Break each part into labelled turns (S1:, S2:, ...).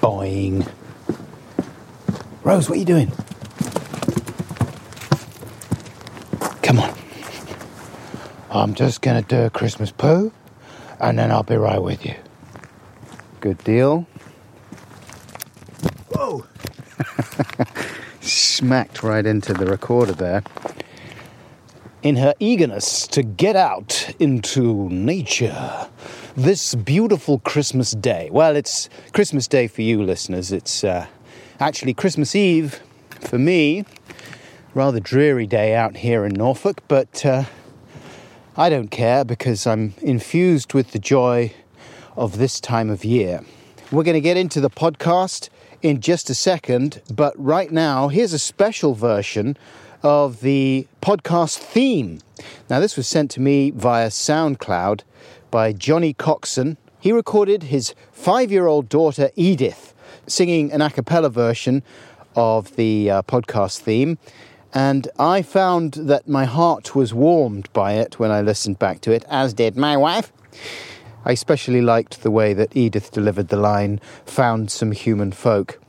S1: Boing. Rose, what are you doing? Come on. I'm just going to do a Christmas poo and then I'll be right with you. Good deal. Whoa! Smacked right into the recorder there. In her eagerness to get out into nature this beautiful Christmas day. Well, it's Christmas Day for you listeners. It's uh, actually Christmas Eve for me. Rather dreary day out here in Norfolk, but uh, I don't care because I'm infused with the joy of this time of year. We're going to get into the podcast in just a second, but right now, here's a special version of the podcast theme. Now, this was sent to me via SoundCloud by Johnny Coxon. He recorded his five year old daughter Edith singing an a cappella version of the uh, podcast theme. And I found that my heart was warmed by it when I listened back to it, as did my wife. I especially liked the way that Edith delivered the line, found some human folk.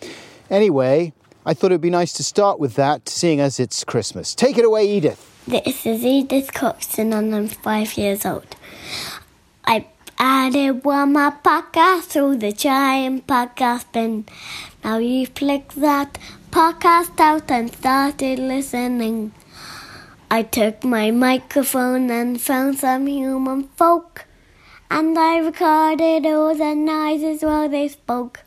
S1: Anyway, I thought it would be nice to start with that, seeing as it's Christmas. Take it away, Edith.
S2: This is Edith Coxon and I'm five years old. I added one more podcast to the giant podcast bin. Now you flicked that podcast out and started listening. I took my microphone and found some human folk. And I recorded all the noises while they spoke.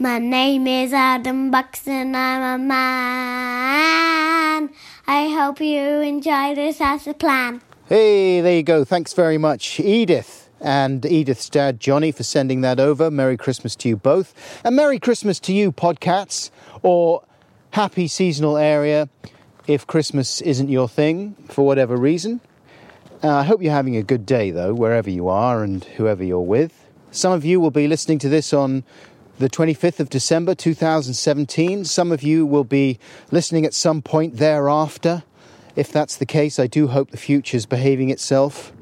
S2: My name is Adam Buxton, I'm a man. I hope you enjoy this as a plan.
S1: Hey, there you go. Thanks very much, Edith. And Edith's dad, Johnny, for sending that over. Merry Christmas to you both. And Merry Christmas to you, Podcats, or happy seasonal area if Christmas isn't your thing for whatever reason. Uh, I hope you're having a good day, though, wherever you are and whoever you're with. Some of you will be listening to this on the 25th of December 2017. Some of you will be listening at some point thereafter. If that's the case, I do hope the future's behaving itself.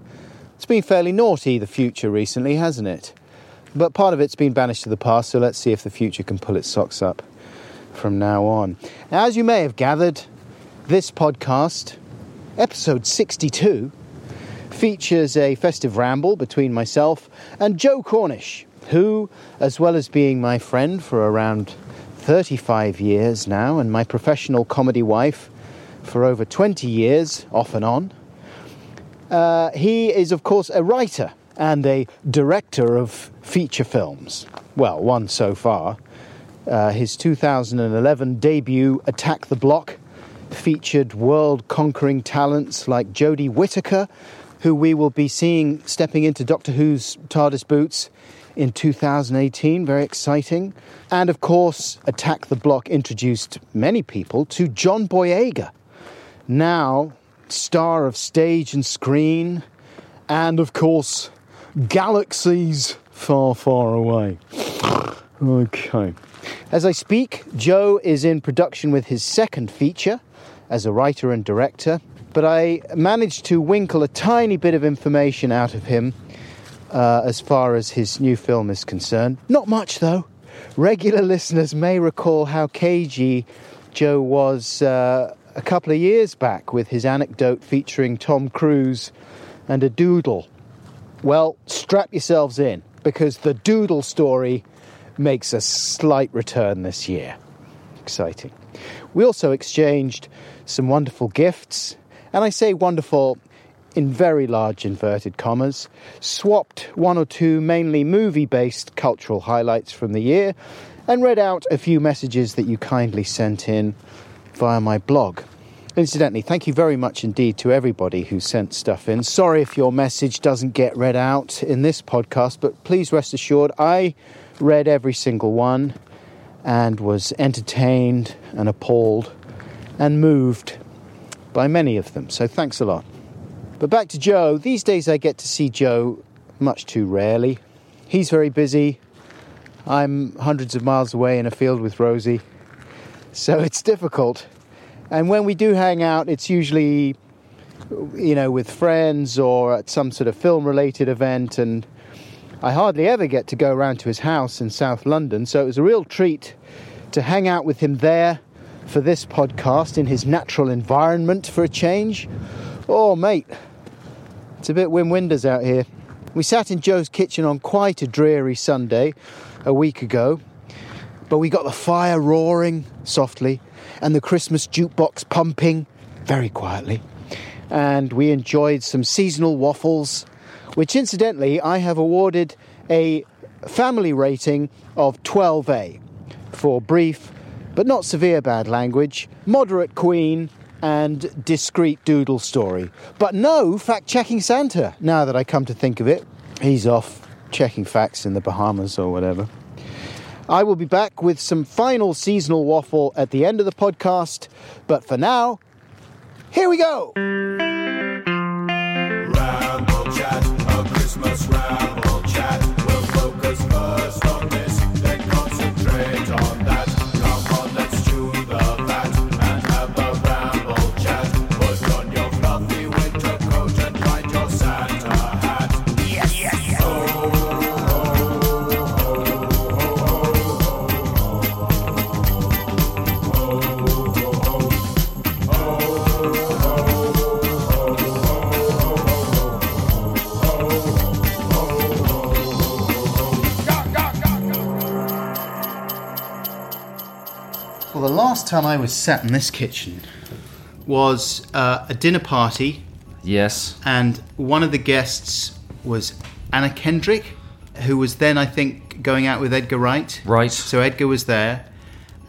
S1: It's been fairly naughty, the future, recently, hasn't it? But part of it's been banished to the past, so let's see if the future can pull its socks up from now on. Now, as you may have gathered, this podcast, episode 62, features a festive ramble between myself and Joe Cornish, who, as well as being my friend for around 35 years now and my professional comedy wife for over 20 years, off and on, uh, he is, of course, a writer and a director of feature films. Well, one so far. Uh, his 2011 debut, Attack the Block, featured world conquering talents like Jodie Whittaker, who we will be seeing stepping into Doctor Who's TARDIS boots in 2018. Very exciting. And of course, Attack the Block introduced many people to John Boyega, now star of stage and screen, and of course, galaxies far, far away. Okay. As I speak, Joe is in production with his second feature as a writer and director, but I managed to winkle a tiny bit of information out of him uh, as far as his new film is concerned. Not much, though. Regular listeners may recall how cagey Joe was uh, a couple of years back with his anecdote featuring Tom Cruise and a doodle. Well, strap yourselves in because the doodle story makes a slight return this year. Exciting. We also exchanged some wonderful gifts, and I say wonderful in very large inverted commas, swapped one or two mainly movie based cultural highlights from the year, and read out a few messages that you kindly sent in via my blog. Incidentally, thank you very much indeed to everybody who sent stuff in. Sorry if your message doesn't get read out in this podcast, but please rest assured I read every single one and was entertained and appalled and moved by many of them. So thanks a lot. But back to Joe. These days I get to see Joe much too rarely. He's very busy. I'm hundreds of miles away in a field with Rosie. So it's difficult. And when we do hang out, it's usually, you know, with friends or at some sort of film related event. And I hardly ever get to go around to his house in South London, so it was a real treat to hang out with him there for this podcast in his natural environment for a change. Oh, mate, it's a bit win winders out here. We sat in Joe's kitchen on quite a dreary Sunday a week ago, but we got the fire roaring softly and the Christmas jukebox pumping very quietly. And we enjoyed some seasonal waffles, which incidentally I have awarded a family rating of 12A for brief but not severe bad language, moderate queen, and discreet doodle story. But no fact checking Santa, now that I come to think of it. He's off checking facts in the Bahamas or whatever. I will be back with some final seasonal waffle at the end of the podcast, but for now, here we go!
S3: Ramble chat, a Christmas ramble chat. We'll focus first on this, then concentrate on that. Come on, let's chew the fat and have a ramble chat. Put on your fluffy winter coat and find your Santa hat.
S1: Well, the last time I was sat in this kitchen was uh, a dinner party,
S4: Yes.
S1: and one of the guests was Anna Kendrick, who was then, I think, going out with Edgar Wright.
S4: Right.
S1: So Edgar was there,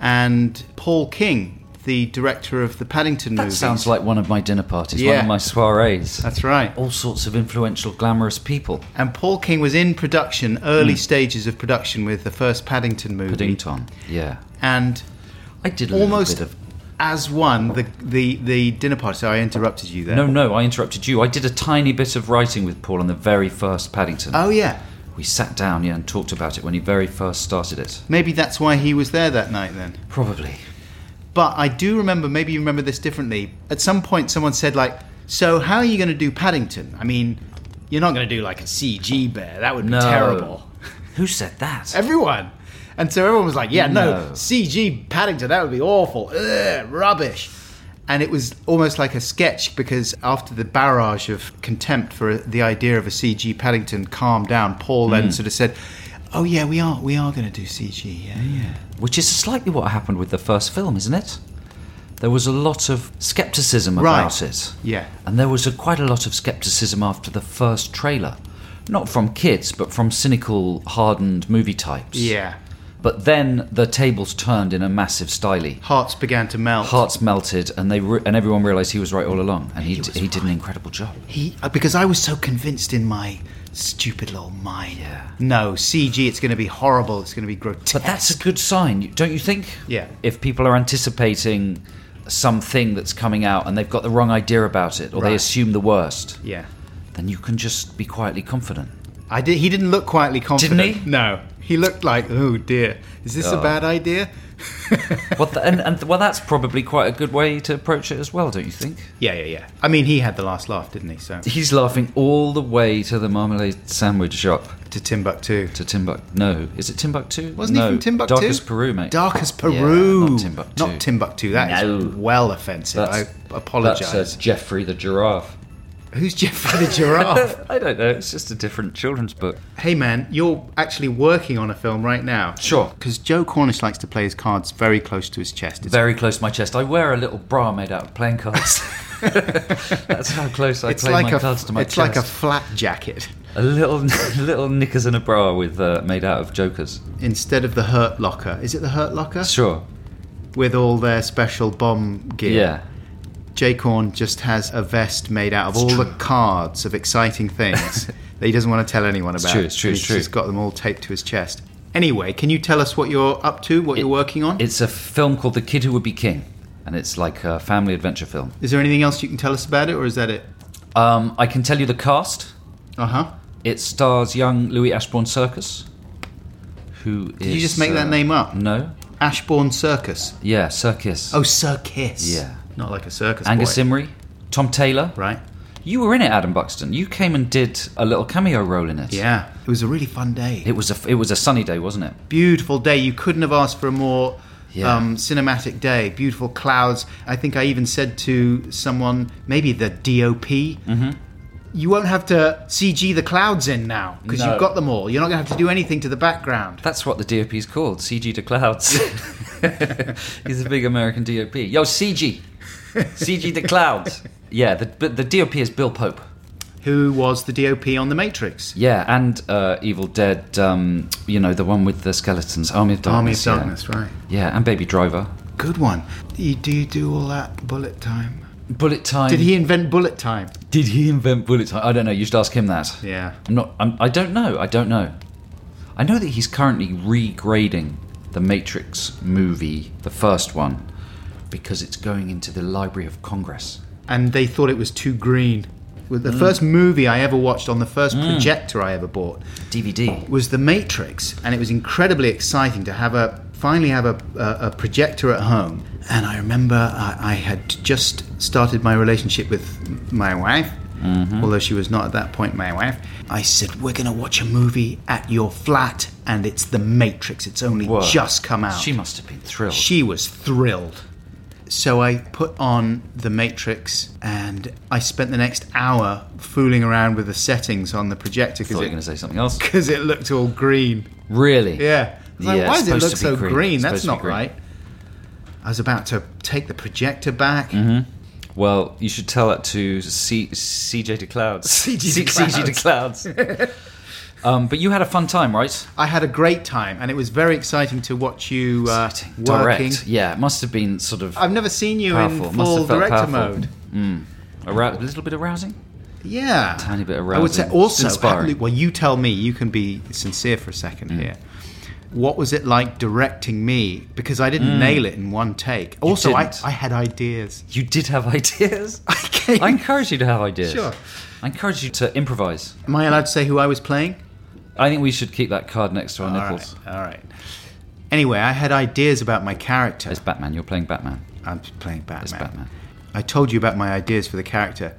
S1: and Paul King, the director of the Paddington
S4: That
S1: movies.
S4: sounds like one of my dinner parties, one
S1: Yeah.
S4: of my soirees.
S1: That's right.
S4: All sorts of influential, glamorous people.
S1: And Paul King was in production,
S4: Hmm.
S1: early stages of production with the first Paddington movie.
S4: Puddington. Yeah.
S1: And
S4: I did a
S1: Mm-hmm. almost
S4: little bit
S1: as one, the, the, the dinner party. So I interrupted you there.
S4: of. No, no, I interrupted you. I did a tiny bit of writing with Paul on the very first Paddington.
S1: Oh, yeah.
S4: we sat down, yeah, and talked about it when he very first started it.
S1: Maybe that's why he was there that night then.
S4: Probably.
S1: But I do remember, maybe you remember this differently. At some point, someone said, like, so how are you going to do Paddington? I mean, you're not going to do like a CG bear. That would be
S4: No.
S1: terrible.
S4: Who said that?
S1: Everyone. And so everyone was like, yeah, no,
S4: No.
S1: CG Paddington, that would be awful. Ugh, rubbish. And it was almost like a sketch because after the barrage of contempt for the idea of a CG Paddington calmed down, Paul then sort of said, oh, yeah, we are, we are going to do CG. Yeah, yeah.
S4: Which is slightly what happened with the first film, isn't it? There was a lot of skepticism
S1: Right.
S4: about it.
S1: Yeah.
S4: And there was a, quite a lot of skepticism after the first trailer. Not from kids, but from cynical, hardened movie types.
S1: Yeah.
S4: But then the tables turned in a massive stylie.
S1: Hearts began to melt.
S4: Hearts melted, and they re- and everyone realised he was right all along, and he,
S1: He
S4: d-
S1: was
S4: he did an incredible job.
S1: He uh, because I was so convinced in my stupid little mind.
S4: Yeah.
S1: No CG. It's going to be horrible. It's going to be grotesque.
S4: But that's a good sign, don't you think?
S1: Yeah.
S4: If people are anticipating something that's coming out and they've got the wrong idea about it, or
S1: Right.
S4: they assume the worst,
S1: yeah.
S4: then you can just be quietly confident.
S1: I did. He didn't look quietly confident.
S4: he?
S1: No. He looked like, oh dear, is this a
S4: Oh.
S1: bad idea?
S4: Well, th- and, and well, that's probably quite a good way to approach it as well, don't you think?
S1: Yeah, yeah, yeah. I mean, he had the last laugh, didn't he? So
S4: He's laughing all the way to the marmalade sandwich shop
S1: to Timbuktu.
S4: to Timbuktu. No, is it Timbuktu?
S1: Wasn't
S4: no.
S1: he from Timbuktu?
S4: Darkest Peru, mate.
S1: Darkest Peru.
S4: Yeah, not Timbuktu.
S1: Not Timbuktu. That is
S4: No.
S1: well offensive.
S4: That's-
S1: I apologise.
S4: That's uh, Jeffrey the giraffe. Uh,
S1: Who's Jeffrey the Giraffe?
S4: I don't know. It's just a different children's book.
S1: hey man, you're actually working on a film right now.
S4: Sure.
S1: Because Joe Cornish likes to play his cards very close to his chest. It's,
S4: Very close to my chest. I wear a little bra made out of playing cards. That's how close I
S1: it's
S4: play
S1: like
S4: my
S1: a
S4: cards to my
S1: it's
S4: chest.
S1: like a flat jacket.
S4: a little little knickers and a bra with uh, made out of jokers.
S1: Instead of the Hurt Locker, is it the Hurt Locker
S4: Sure.
S1: with all their special bomb gear?
S4: Yeah.
S1: J Corn just has a vest made out of all the cards of exciting things that he doesn't want to tell anyone about.
S4: true, it's true,
S1: And
S4: it's
S1: He's
S4: true.
S1: just got them all taped to his chest. Anyway, can you tell us what you're up to? What you're working on?
S4: It's a film called The Kid Who Would Be King, and it's like a family adventure film.
S1: Is there anything else you can tell us about it, or is that it?
S4: Um, I can tell you the cast.
S1: Uh huh.
S4: It stars young Louis Ashbourne Circus, who is.
S1: you just make that
S4: uh,
S1: name up?
S4: No.
S1: Ashbourne Circus.
S4: Yeah, Circus.
S1: Oh, Circus.
S4: Yeah.
S1: Not like a circus.
S4: Angus
S1: boy.
S4: Imrie, Tom Taylor,
S1: Right.
S4: You were in it, Adam Buxton. You came and did a little cameo role in it.
S1: Yeah, it was a really fun day.
S4: It was a it was a sunny day, wasn't it?
S1: Beautiful day. You couldn't have asked for a more
S4: Yeah.
S1: um, cinematic day. Beautiful clouds. I think I even said to someone, maybe the DOP,
S4: Mm-hmm.
S1: you won't have to CG the clouds in now because
S4: No.
S1: you've got them all. You're not going to have to do anything to the background.
S4: That's what the DOP is called, CG to clouds. He's a big American DOP. Yo, CG, CG to clouds. Yeah, the, but the DOP is Bill Pope.
S1: Who was the DOP on The Matrix?
S4: Yeah, and uh, Evil Dead. Um, you know the one with the skeletons, Army of
S1: Army of
S4: Darkness.
S1: Darkness,
S4: yeah.
S1: right.
S4: Yeah, and Baby Driver.
S1: Good one. You- Do you do all that bullet time?
S4: Bullet time.
S1: Did he invent bullet time?
S4: Did he invent bullet time? I don't know. You should ask him that.
S1: Yeah.
S4: I'm not. I'm, I don't know. I don't know. I know that he's currently regrading the Matrix movie, the first one, because it's going into the Library of Congress.
S1: and they thought it was too green. Well,
S4: Mm.
S1: The first movie I ever watched on the first projector I ever bought
S4: DVD.
S1: was The Matrix, and it was incredibly exciting to have a finally have a, a, a projector at home. And I remember I, I had just started my relationship with my wife,
S4: Mm-hmm.
S1: although she was not at that point my wife. I said, "We're going to watch a movie at your flat, and it's The Matrix. It's only
S4: Whoa.
S1: just come out."
S4: She must have been thrilled.
S1: She was thrilled. So I put on The Matrix and I spent the next hour fooling around with the settings on the projector
S4: thought you were going
S1: because
S4: to say something else.
S1: it, looked all green.
S4: Really?
S1: Yeah. I was like,
S4: Yeah,
S1: why
S4: it's
S1: does it
S4: supposed
S1: look
S4: to be
S1: so green?
S4: green. It's supposed
S1: That's
S4: to be
S1: not
S4: green."
S1: right. I was about to take the projector back.
S4: Mm-hmm. Well, you should tell that to C- CJ to Clouds.
S1: CG to
S4: C- CG to Clouds. um, but you had a fun time, right?
S1: I had a great time and it was very exciting to watch you uh,
S4: Exciting.
S1: working.
S4: Direct. Yeah, it must have been sort of
S1: I've never seen you
S4: powerful.
S1: in
S4: Must
S1: full
S4: have felt
S1: director
S4: powerful.
S1: mode.
S4: arou- a little bit arousing.
S1: Yeah,
S4: Tiny bit
S1: I would
S4: arousing.
S1: say also.
S4: It's inspiring. Mm.
S1: Absolutely, well, you tell me. You can be sincere for a second here. What was it like directing me? Because I didn't nail it in one take. Also, I,
S4: Mm. didn't.
S1: I had ideas.
S4: You did have ideas.
S1: I gave-
S4: I encourage you to have ideas.
S1: Sure.
S4: I encourage you to improvise.
S1: Am I allowed to say who I was playing?
S4: I think we should keep that card next to our
S1: All
S4: nipples.
S1: right. All right. Anyway, I had ideas about my character.
S4: It's Batman. You're playing Batman.
S1: I'm playing Batman.
S4: It's Batman.
S1: I told you about my ideas for the character,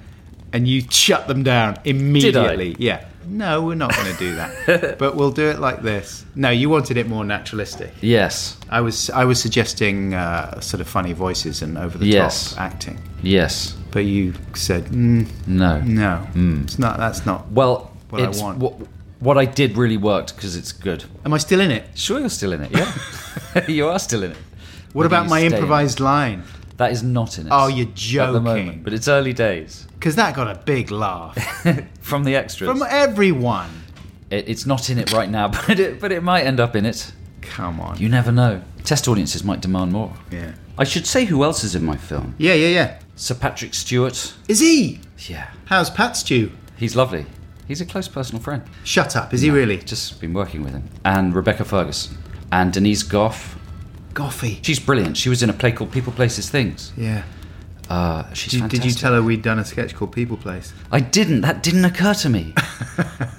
S1: and you shut them down immediately. Yeah. No, we're not going to do that. but we'll do it like this. No, you wanted it more naturalistic.
S4: Yes.
S1: I was I was suggesting uh, sort of funny voices and over the
S4: Yes.
S1: top acting,
S4: Yes.
S1: but you said mm,
S4: No.
S1: no,
S4: Mm.
S1: it's not. That's not.
S4: Well,
S1: What I
S4: it's,
S1: want.
S4: What, what I did really worked because it's good.
S1: Am I still in it?
S4: Sure, you're still in it. Yeah, you are still in it.
S1: What
S4: Whether
S1: about
S4: you
S1: my
S4: stay in it.
S1: improvised line?
S4: That is not in it.
S1: Oh, you're
S4: At the
S1: joking.
S4: moment, but it's early days
S1: Because that got a big laugh
S4: from the extras.
S1: from everyone.
S4: it, it's not in it right now, but it, but it might end up in it.
S1: Come on.
S4: You never know. Test audiences might demand more.
S1: yeah.
S4: I should say who else is in my film.
S1: Yeah, yeah, yeah.
S4: Sir Patrick Stewart.
S1: Is he?
S4: Yeah,
S1: How's Pat Stew?
S4: he's lovely. He's a close personal friend.
S1: Shut up. Is he really?
S4: Just been working with him. And Rebecca Fergus. And Denise Goff.
S1: Goffy.
S4: She's brilliant. She was in a play called People Places Things.
S1: Yeah.
S4: Uh, she's
S1: Did,
S4: fantastic.
S1: did you tell her we'd done a sketch called People Place?
S4: I didn't. That didn't occur to me. I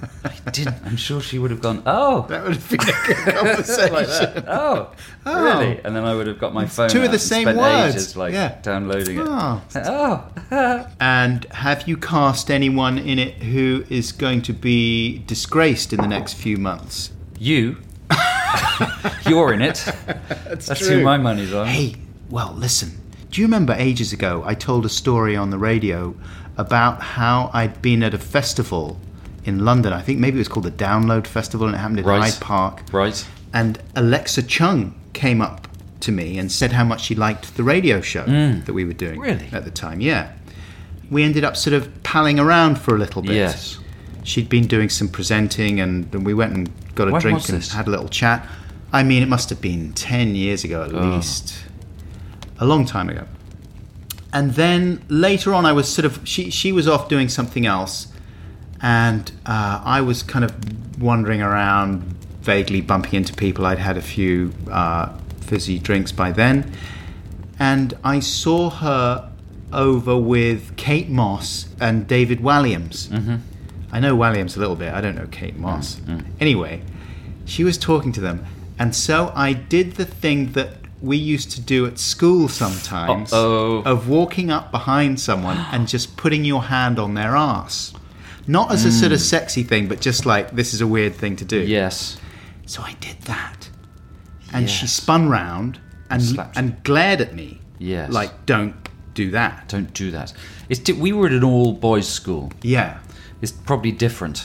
S4: didn't. I'm sure she would have gone, oh,
S1: That would have been a good conversation.
S4: oh, really? And then I would have got my phone
S1: two of
S4: out
S1: the
S4: and
S1: same
S4: spent
S1: words.
S4: ages like
S1: Yeah.
S4: downloading it.
S1: Oh.
S4: Oh.
S1: And have you cast anyone in it who is going to be disgraced in the next few months?
S4: You. You're in it. That's, who
S1: true.
S4: my money's on.
S1: Hey, well, listen. Do you remember ages ago I told a story on the radio about how I'd been at a festival in London? I think maybe it was called the Download Festival and it happened in
S4: Right.
S1: Hyde Park.
S4: Right.
S1: And Alexa Chung came up to me and said how much she liked the radio show that we were doing
S4: Mm. Really?
S1: at the time. Yeah. We ended up sort of palling around for a little bit.
S4: Yes.
S1: She'd been doing some presenting and, and we went and got a
S4: When
S1: drink
S4: was
S1: and
S4: this?
S1: had a little chat. I mean, it must have been 10 years ago
S4: Oh.
S1: at least. A long time ago. And then later on, I was sort of, she, she was off doing something else and uh, I was kind of wandering around, vaguely bumping into people. I'd had a few uh, fizzy drinks by then, and I saw her over with Kate Moss and David Walliams. Mm-hmm. I know Walliams a little bit. I don't know Kate Moss. Anyway, she was talking to them, and so I did the thing that we used to do at school sometimes
S4: Uh-oh.
S1: of walking up behind someone and just putting your hand on their ass. Not as a sort
S4: Mm.
S1: of sexy thing, but just like this is a weird thing to do.
S4: Yes.
S1: So I did that. And she
S4: Yes.
S1: spun round and
S4: Slapped
S1: and glared at me.
S4: Yes.
S1: Like, don't do that.
S4: Don't do that. It's di- we were at an all boys school.
S1: Yeah.
S4: It's probably different.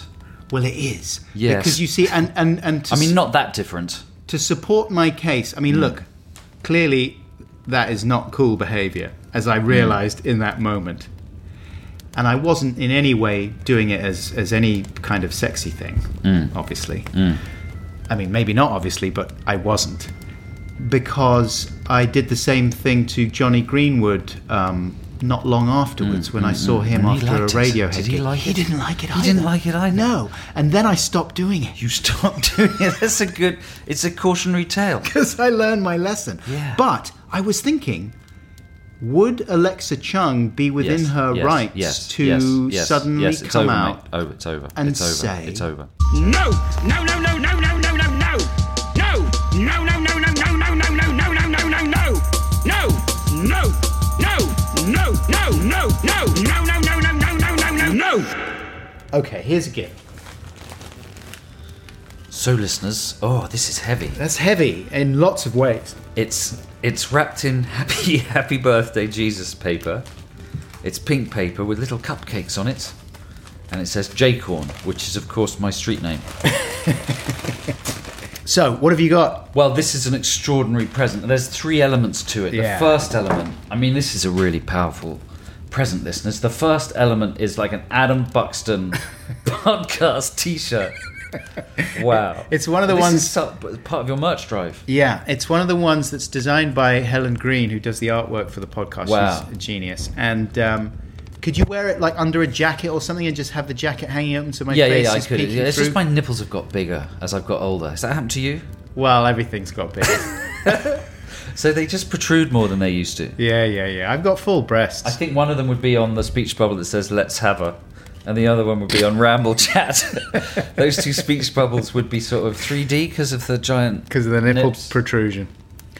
S1: Well, it is.
S4: Yes.
S1: Because you see, and, and, and to,
S4: I mean,
S1: s-
S4: not that different.
S1: to support my case, I mean,
S4: Mm.
S1: look, clearly that is not cool behavior, as
S4: Mm.
S1: I realized in that moment. And I wasn't in any way doing it as, as any kind of sexy thing,
S4: Mm.
S1: obviously. I mean, maybe not obviously, but I wasn't. Because I did the same thing to Johnny Greenwood um, not long afterwards when I saw him
S4: Mm, And he
S1: after a
S4: liked it.
S1: radio
S4: Did he like
S1: He
S4: it?
S1: didn't like it
S4: He
S1: either.
S4: didn't like it either.
S1: No. And then I stopped doing it.
S4: You stop doing it. That's a good. It's a cautionary tale.
S1: because I learned my lesson.
S4: Yeah.
S1: But I was thinking, would Alexa Chung be within
S4: Yes,
S1: her
S4: yes,
S1: rights
S4: yes,
S1: to
S4: yes, yes,
S1: suddenly
S4: yes, it's
S1: come
S4: over,
S1: out?
S4: Mate. Over. It's over.
S1: and
S4: it's over.
S1: say-
S4: It's over.
S5: No, no, no, no, no, no, no, no, no. No, no, no, no, no, no, no, no, no, no, no, no, no, no. No, no, no, no, no, no, no, no, no, no, no, no, no, no, no, no.
S1: Okay, here's a gift.
S4: So, listeners, oh, this is heavy.
S1: That's heavy in lots of ways.
S4: It's it's wrapped in happy happy birthday Jesus paper. It's pink paper with little cupcakes on it, and it says Jaycorn, which is of course my street name.
S1: So, what have you got?
S4: Well, this is an extraordinary present. There's three elements to it.
S1: Yeah.
S4: The first element, I mean, this is a really powerful present, listeners. The first element is like an Adam Buxton podcast T-shirt. Wow,
S1: It's one of the
S4: This
S1: ones-
S4: is so- part of your merch drive.
S1: Yeah, it's one of the ones that's designed by Helen Green, who does the artwork for the podcast.
S4: Wow.
S1: She's a genius. And um, could you wear it like under a jacket or something, and just have the jacket hanging open so my
S4: Yeah, yeah,
S1: face
S4: yeah, I
S1: is
S4: could.
S1: peeking
S4: Yeah, it's
S1: through?
S4: just my nipples have got bigger as I've got older. Has that happened to you?
S1: Well, everything's got big.
S4: So they just protrude more than they used to.
S1: yeah, yeah, yeah. I've got full breasts.
S4: I think one of them would be on the speech bubble that says "Let's have her," and the other one would be on Ramble Chat. Those two speech bubbles would be sort of 3D because of the giant.
S1: because of the nipple
S4: nips.
S1: protrusion.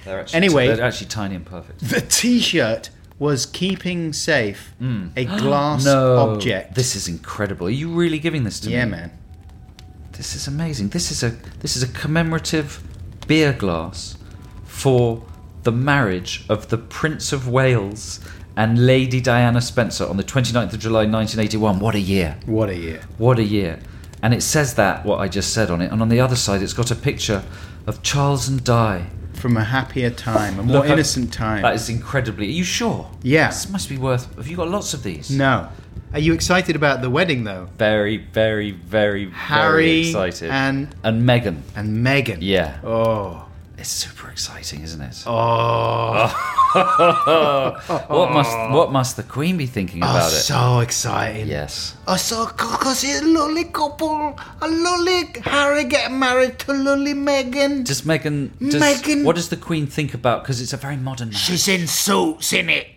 S4: They're actually,
S1: Anyway.
S4: they're actually tiny and perfect.
S1: The T-shirt was keeping safe a glass
S4: Hmm. Mm. No
S1: object.
S4: This is incredible. Are you really giving this to
S1: yeah,
S4: me?
S1: man.
S4: This is amazing. This is a this is a commemorative beer glass for the marriage of the Prince of Wales and Lady Diana Spencer on the 29th of July 1981. What a year.
S1: What a year!
S4: What a year. And it says that, what I just said on it. And on the other side, it's got a picture of Charles and Di.
S1: From a happier time, a more
S4: Look, I-
S1: innocent time.
S4: That is incredibly. Are you sure?
S1: Yeah.
S4: This must be worth. Have you got lots of these?
S1: no, are you excited about the wedding though?
S4: Very, very, very, very
S1: Harry
S4: excited.
S1: and-
S4: and Megan.
S1: And Megan.
S4: Yeah.
S1: Oh.
S4: It's super exciting, isn't it?
S1: Oh.
S4: What must what must the Queen be thinking
S1: Oh,
S4: about it?
S1: so exciting.
S4: Yes.
S1: I saw because it's a lolly couple, a lolly Harry get married to lolly Megan.
S4: Does Megan? Does,
S1: Meghan-
S4: What does the Queen think about? Because it's a very modern. marriage.
S5: She's in suits, innit?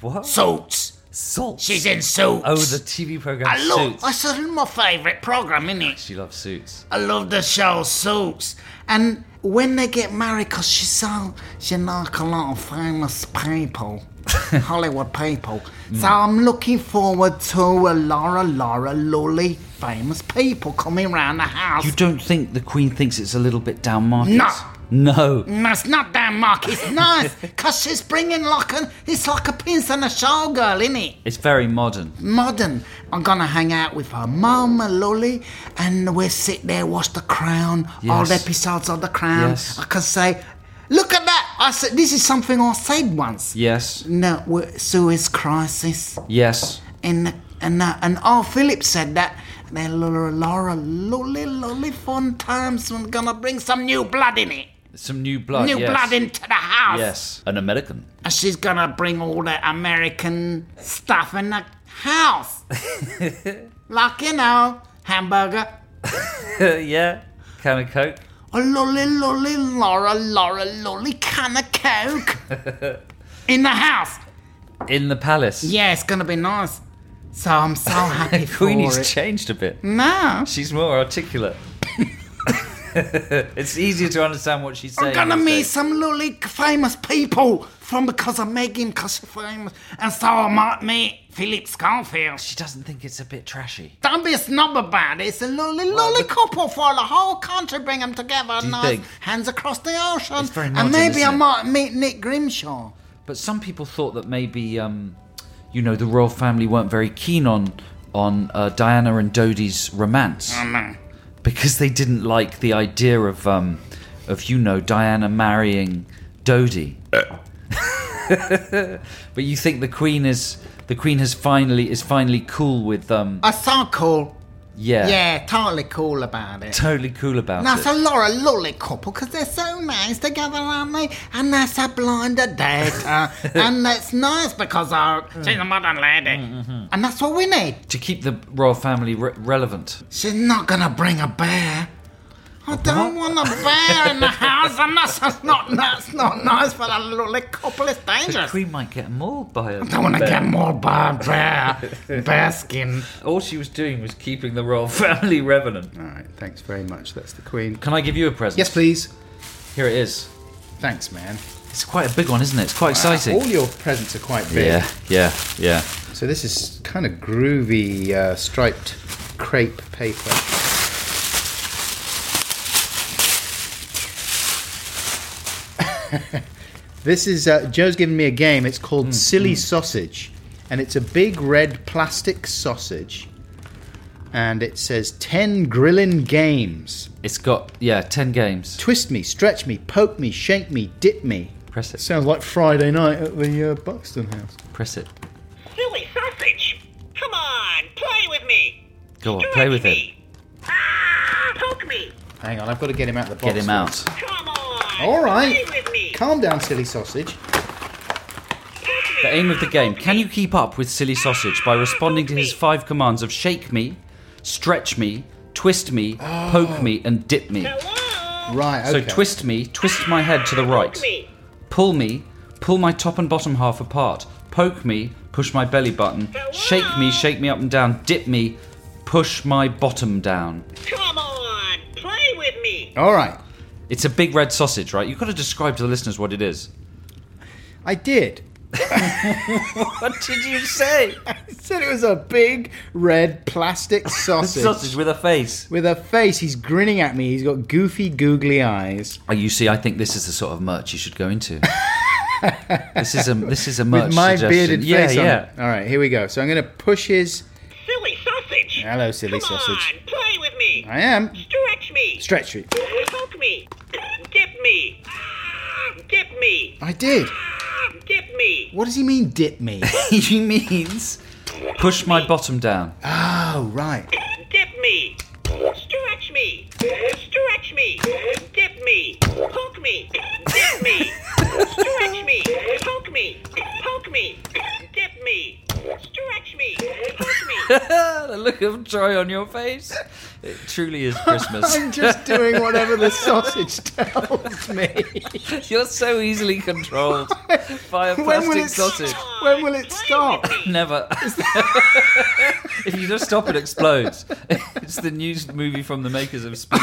S4: what?
S5: Suits.
S4: Salt.
S5: She's in suits.
S4: Oh, the TV program
S5: I love.
S4: Suits.
S5: That's my favourite program, innit?
S4: She loves Suits.
S5: I love the show Suits.
S6: And when they get married, 'cause she saw she knock a lot of famous people, Hollywood people. So I'm looking forward to a Laura, Laura, Lolly, famous people coming round the house.
S4: You don't think the Queen thinks it's a little bit down market?
S6: No.
S4: No.
S6: That's not that much. It's nice, 'cause she's bringing like an, it's like a pins and a showgirl, isn't it?
S4: It's very modern.
S6: modern. I'm gonna hang out with her mum, Lolly, and we'll sit there, watch The Crown, all the
S4: Yes.
S6: episodes of The Crown.
S4: Yes.
S6: I can say, look at that! I said, this is something I said once.
S4: Yes.
S6: No, we're- Suez Crisis,
S4: Yes.
S6: and and uh, and oh, Philip said that. And then Laura, Laura, Lolly, Lolly, fun times. We're gonna bring some new blood in it.
S4: Some new blood.
S6: New
S4: Oh, yes.
S6: blood into the house.
S4: Yes. An American.
S6: And she's gonna bring all the American stuff in the house. like, you know, hamburger.
S4: yeah. Can of Coke.
S6: A lolly, lolly, Laura, Laura, lolly can of Coke. in the house.
S4: In the palace.
S6: Yeah, it's gonna be nice. So I'm so happy for
S4: Queenie's
S6: it.
S4: changed a bit.
S6: no.
S4: She's more articulate. it's easier to understand what she's saying.
S6: I'm gonna
S4: these
S6: meet
S4: days.
S6: some lolly famous people from because of Megan, because she's famous, and so I might meet Philip Schofield.
S4: She doesn't think it's a bit trashy.
S6: Don't be a snob about it. It's a lolly lolly couple for the whole country. Bring them together,
S4: you
S6: nice
S4: think-
S6: hands across the ocean,
S4: It's very modern,
S6: and maybe I
S4: isn't it?
S6: might meet Nick Grimshaw.
S4: But some people thought that maybe, um, you know, the royal family weren't very keen on on uh, Diana and Dodie's romance because they didn't like the idea of um, of you know Diana marrying Dodie. but you think the Queen is the Queen has finally is finally cool with um
S6: I so cool.
S4: yeah
S6: Yeah, totally cool about it.
S4: totally cool about
S6: That's a
S4: it.
S6: Laura Lolly couple because they're so nice together, aren't they? And that's a blinder date. uh, and that's nice because uh, she's a modern lady.
S4: Mm-hmm.
S6: And that's what we need.
S4: to keep the royal family re- relevant.
S6: She's not going to bring a bear. I don't want a bear in the house, and that's, that's not that's not nice for a lolly couple. It's
S4: The
S6: dangerous. I
S4: Queen might get mauled by a
S6: don't want to
S4: bear.
S6: get more bear, bear, bear skin.
S4: All she was doing was keeping the royal family revenant.
S1: All right, thanks very much. That's the Queen.
S4: Can I give you a present?
S1: Yes, please.
S4: Here it is.
S1: Thanks, man.
S4: It's quite a big one, isn't it? It's quite exciting.
S1: All your presents are quite big.
S4: yeah, yeah, yeah.
S1: So this is kind of groovy uh, striped crepe paper. this is uh, Joe's given me a game. It's called
S4: Mm,
S1: Silly Sausage, and it's a big red plastic sausage, and it says ten grillin' games.
S4: It's got yeah, ten games.
S1: Twist me, stretch me, poke me, shake me, dip me.
S4: Press it.
S1: Sounds like Friday night at the uh, Buxton House.
S4: Press it.
S7: Silly sausage! Come on, play with me!
S4: Go on,
S7: Stretch
S4: play with it.
S7: me. Ah, poke me!
S1: Hang on, I've got to get him out of the box.
S4: Get him
S1: first.
S4: out.
S7: Come on!
S1: All right.
S7: Play with me!
S1: Calm down, silly sausage.
S4: The aim of the game. Can you keep up with Silly Sausage by responding to his five commands of shake me, stretch me, twist me, poke me, and dip me?
S7: Hello?
S1: Right,
S4: So
S1: okay.
S4: twist me, twist my head to the right.
S7: Poke me!
S4: Pull me, pull my top and bottom half apart. Poke me, push my belly button. Shake me, shake me up and down. Dip me, push my bottom down.
S7: Come on, play with me!
S1: All right.
S4: It's a big red sausage, right? You've got to describe to the listeners what it is.
S1: I did.
S4: What did you say?
S1: I said it was a big red plastic sausage.
S4: sausage with a face.
S1: With a face, he's grinning at me. He's got goofy, googly eyes.
S4: Oh, you see, I think this is the sort of merch you should go into. this is a this is a merch
S1: With my
S4: suggestion.
S1: bearded
S4: yeah,
S1: face on
S4: yeah.
S1: it. All right, here we go. So I'm going to push his.
S7: Silly sausage!
S1: Hello, silly
S7: Come
S1: sausage.
S7: on, play with me!
S1: I am.
S7: Stretch me!
S1: Stretch me.
S7: Poke me! Dip me! Ah, Dip me!
S1: I did.
S7: Ah, Dip me!
S1: What does he mean, dip me?
S4: he means push my bottom down.
S1: oh, right.
S7: Dip me! Stretch me! Stretch me! Dip me! Poke me! Dip me! Stretch me! Poke me! Poke me! Dip me! Stretch me! Poke me!
S4: the look of joy on your face. It truly is Christmas.
S1: I'm just doing whatever the sausage tells me.
S4: You're so easily controlled by a
S1: When will
S4: plastic
S1: it
S4: sausage.
S1: stop? When will it stop?
S4: Never. if you just stop, it explodes. It's the new movie from the makers of Speed.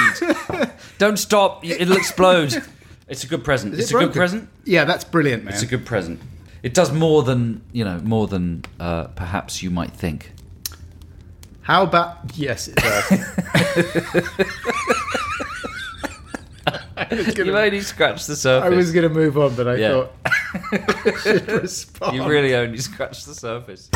S4: Don't stop, y- it'll explode. It's a good present.
S1: it
S4: It's a
S1: broken?
S4: good present.
S1: Yeah, that's brilliant, man.
S4: It's a good present. It does more than you know, more than uh, perhaps you might think.
S1: How about yes, it does.
S4: You've only scratched the
S1: I
S4: surface.
S1: was going to move on, but I
S4: Yeah.
S1: thought I should respond.
S4: You really only scratched the surface.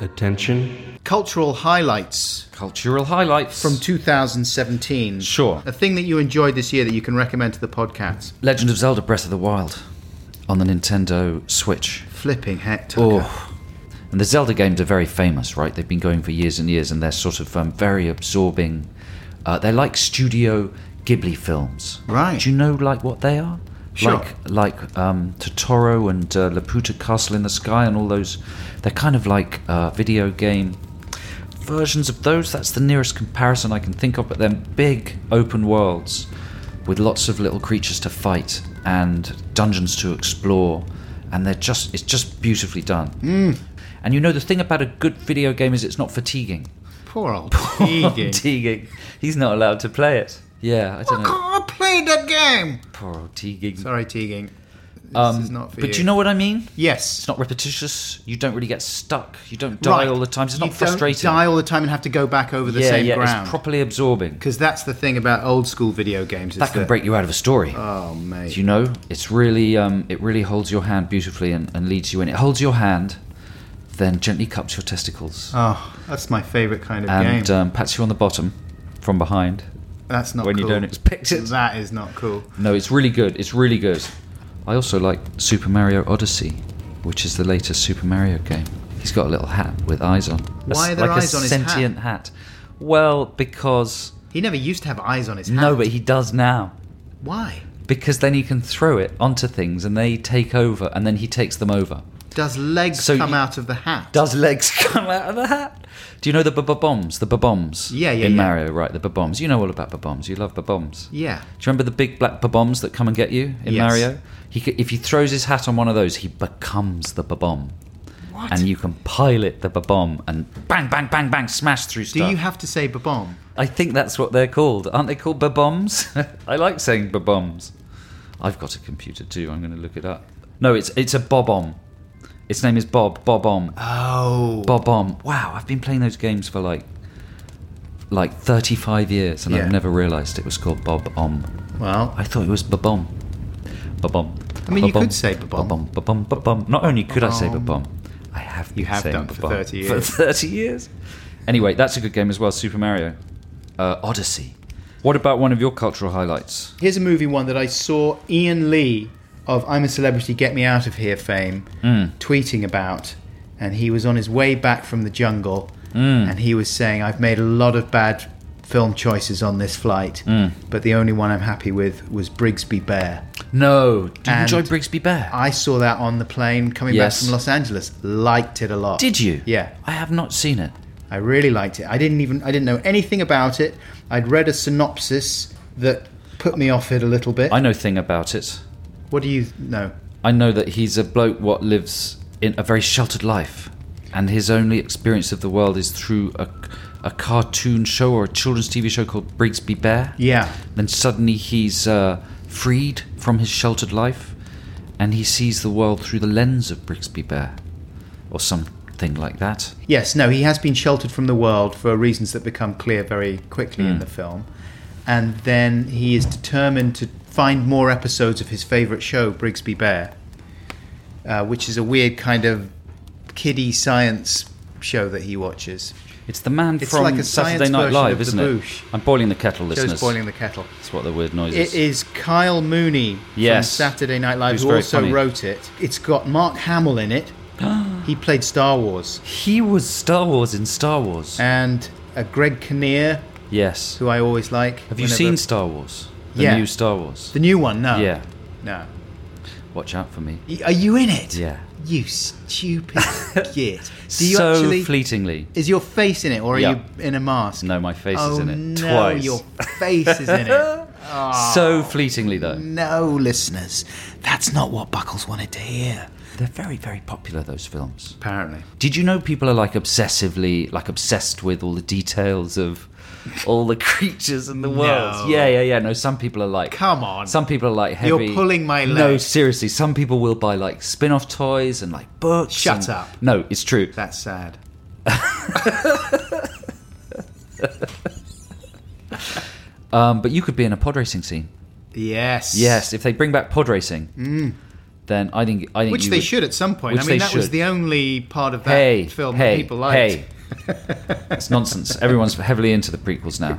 S8: Attention.
S1: Cultural highlights
S4: Cultural highlights
S1: from 2017.
S4: Sure.
S1: A thing that you enjoyed this year that you can recommend to the podcast.
S4: Legend of Zelda: Breath of the Wild. on the Nintendo Switch.
S1: Flipping heck, Tucker.
S4: Oh. And the Zelda games are very famous, right? They've been going for years and years, and they're sort of um, very absorbing. Uh, they're like Studio Ghibli films.
S1: Right.
S4: Do you know like what they are?
S1: Sure.
S4: Like like um, Totoro and uh, Laputa Castle in the Sky and all those. They're kind of like uh, video game versions of those. That's the nearest comparison I can think of. But they're big open worlds with lots of little creatures to fight and dungeons to explore, and they're just it's just beautifully done.
S1: Mm.
S4: And you know the thing about a good video game is it's not fatiguing.
S1: Poor old Tegan.
S4: Teague, he's not allowed to play it. Yeah, I don't know.
S9: I played that game.
S4: Poor old Teague.
S1: Sorry, Tegan. This
S4: Um,
S1: is not for
S4: but
S1: you.
S4: do you know what I mean?
S1: Yes.
S4: It's not repetitious. You don't really get stuck. You don't die all the time. It's not
S1: you
S4: frustrating.
S1: Don't die all the time and have to go back over the
S4: yeah,
S1: same
S4: yeah,
S1: ground.
S4: it's properly absorbing.
S1: because that's the thing about old school video games. Is
S4: That can break you out of a story.
S1: Oh mate,
S4: you know, it's really, um, it really holds your hand beautifully and, and leads you in. It holds your hand, then gently cups your testicles
S1: oh, that's my favorite kind of
S4: and
S1: game.
S4: um, pats you on the bottom from behind.
S1: that's not
S4: when you
S1: cool.
S4: don't expect it.
S1: That is not cool.
S4: No, it's really good. It's really good. I also like Super Mario Odyssey, which is the latest Super Mario game. He's got a little hat with eyes on. A s-
S1: Why are there
S4: like
S1: eyes
S4: a
S1: on his hat?
S4: sentient hat? Well, because
S1: He never used to have eyes on his hand.
S4: no, but he does now.
S1: why?
S4: Because then he can throw it onto things and they take over and then he takes them over.
S1: Does legs
S4: So
S1: come
S4: you-
S1: out of the hat?
S4: Does legs come out of the hat? Do you know the bombs? The bombs?
S1: Yeah, yeah,
S4: In
S1: yeah.
S4: Mario, right? The bombs. You know all about bombs. You love bombs.
S1: yeah.
S4: Do you remember the big black bombs that come and get you in
S1: Yes.
S4: Mario? He, c- if he throws his hat on one of those, he becomes the bomb.
S9: What?
S4: And you can pilot the bomb and bang, bang, bang, bang, smash through
S1: Do
S4: stuff.
S1: you have to say "babom"?
S4: I think that's what they're called. Aren't they called bombs? I like saying bombs. I've got a computer too. I'm going to look it up. No, it's it's a bomb. Its name is Bob. Bobom.
S1: Oh,
S4: Bobom. Wow, I've been playing those games for like like 35 years and
S1: Yeah.
S4: I've never realized it was called Bob-om.
S1: well,
S4: I thought it was babom. Babom.
S1: I mean, you
S4: Babom.
S1: could say babom.
S4: Babom, babom, babom. Not only could I say babom, I have been
S1: You have
S4: saying
S1: done for
S4: babom
S1: 30
S4: For
S1: years.
S4: 30 years. Anyway, that's a good game as well, Super Mario. Uh, Odyssey. What about one of your cultural highlights?
S1: Here's a movie one that I saw Ian Lee of I'm a Celebrity, Get Me Out of Here fame
S4: Hmm.
S1: tweeting about. And he was on his way back from the jungle
S4: Hmm.
S1: and he was saying, I've made a lot of bad film choices on this flight,
S4: Hmm.
S1: but the only one I'm happy with was Brigsby Bear.
S4: No. Do you
S1: And-
S4: enjoy Brigsby Bear?
S1: I saw that on the plane coming
S4: Yes.
S1: back from Los Angeles. Liked it a lot.
S4: Did you?
S1: Yeah.
S4: I have not seen it.
S1: I really liked it. I didn't even I didn't know anything about it. I'd read a synopsis that put me off it a little bit.
S4: I know thing about it.
S1: what do you know?
S4: I know that he's a bloke what lives in a very sheltered life, and his only experience of the world is through a, a cartoon show or a children's TV show called Brigsby Bear.
S1: Yeah.
S4: Then suddenly he's uh, freed from his sheltered life, and he sees the world through the lens of Brigsby Bear, or something like that.
S1: Yes, no, he has been sheltered from the world for reasons that become clear very quickly
S4: Hmm.
S1: in the film. And then he is determined to find more episodes of his favourite show, Brigsby Bear, uh, which is a weird kind of kiddie science show that he watches.
S4: It's the man
S1: It's
S4: from
S1: like a
S4: Saturday
S1: science
S4: Night
S1: version
S4: Live,
S1: of
S4: isn't
S1: The
S4: it?
S1: Boosh.
S4: I'm boiling the kettle,
S1: Show's
S4: listeners.
S1: boiling the kettle.
S4: That's what the weird noise
S1: It is Kyle Mooney
S4: Yes.
S1: from Saturday Night Live
S4: Who's
S1: who
S4: very
S1: also
S4: funny.
S1: wrote it. It's got Mark Hamill in it. he played Star Wars.
S4: He was Star Wars in Star Wars.
S1: And uh, Greg Kinnear,
S4: yes.
S1: who I always like.
S4: Have you
S1: whenever-
S4: seen Star Wars? The
S1: Yeah.
S4: new Star Wars.
S1: The new one, no.
S4: Yeah.
S1: No.
S4: Watch out for me.
S1: Y- Are you in it?
S4: Yeah.
S1: You stupid git. Do you
S4: so
S1: actually.
S4: fleetingly.
S1: is your face in it or are
S4: Yeah.
S1: you in a mask?
S4: No, my face
S1: oh,
S4: is in it
S1: No,
S4: twice.
S1: your face is in it.
S4: So fleetingly though.
S1: No, listeners. That's not what Buckles wanted to hear.
S4: They're very, very popular those films.
S1: Apparently.
S4: Did you know people are like obsessively, like obsessed with all the details of all the creatures and the worlds? Yeah, yeah, yeah. No, some people are like.
S1: Come on.
S4: Some people are like
S1: You're
S4: heavy.
S1: pulling my
S4: No,
S1: leg.
S4: seriously. Some people will buy like spin off toys and like books.
S1: Shut
S4: and-
S1: up.
S4: No, it's true.
S1: That's sad.
S4: Um, but you could be in a pod racing scene.
S1: Yes.
S4: Yes, if they bring back pod racing, then I think I think
S1: Mm. Which
S4: you
S1: they
S4: would-
S1: should at some point.
S4: Which
S1: I mean,
S4: they
S1: that was
S4: should.
S1: the only part of that
S4: Hey,
S1: film
S4: hey,
S1: that people liked.
S4: hey. That's nonsense. Everyone's heavily into the prequels now.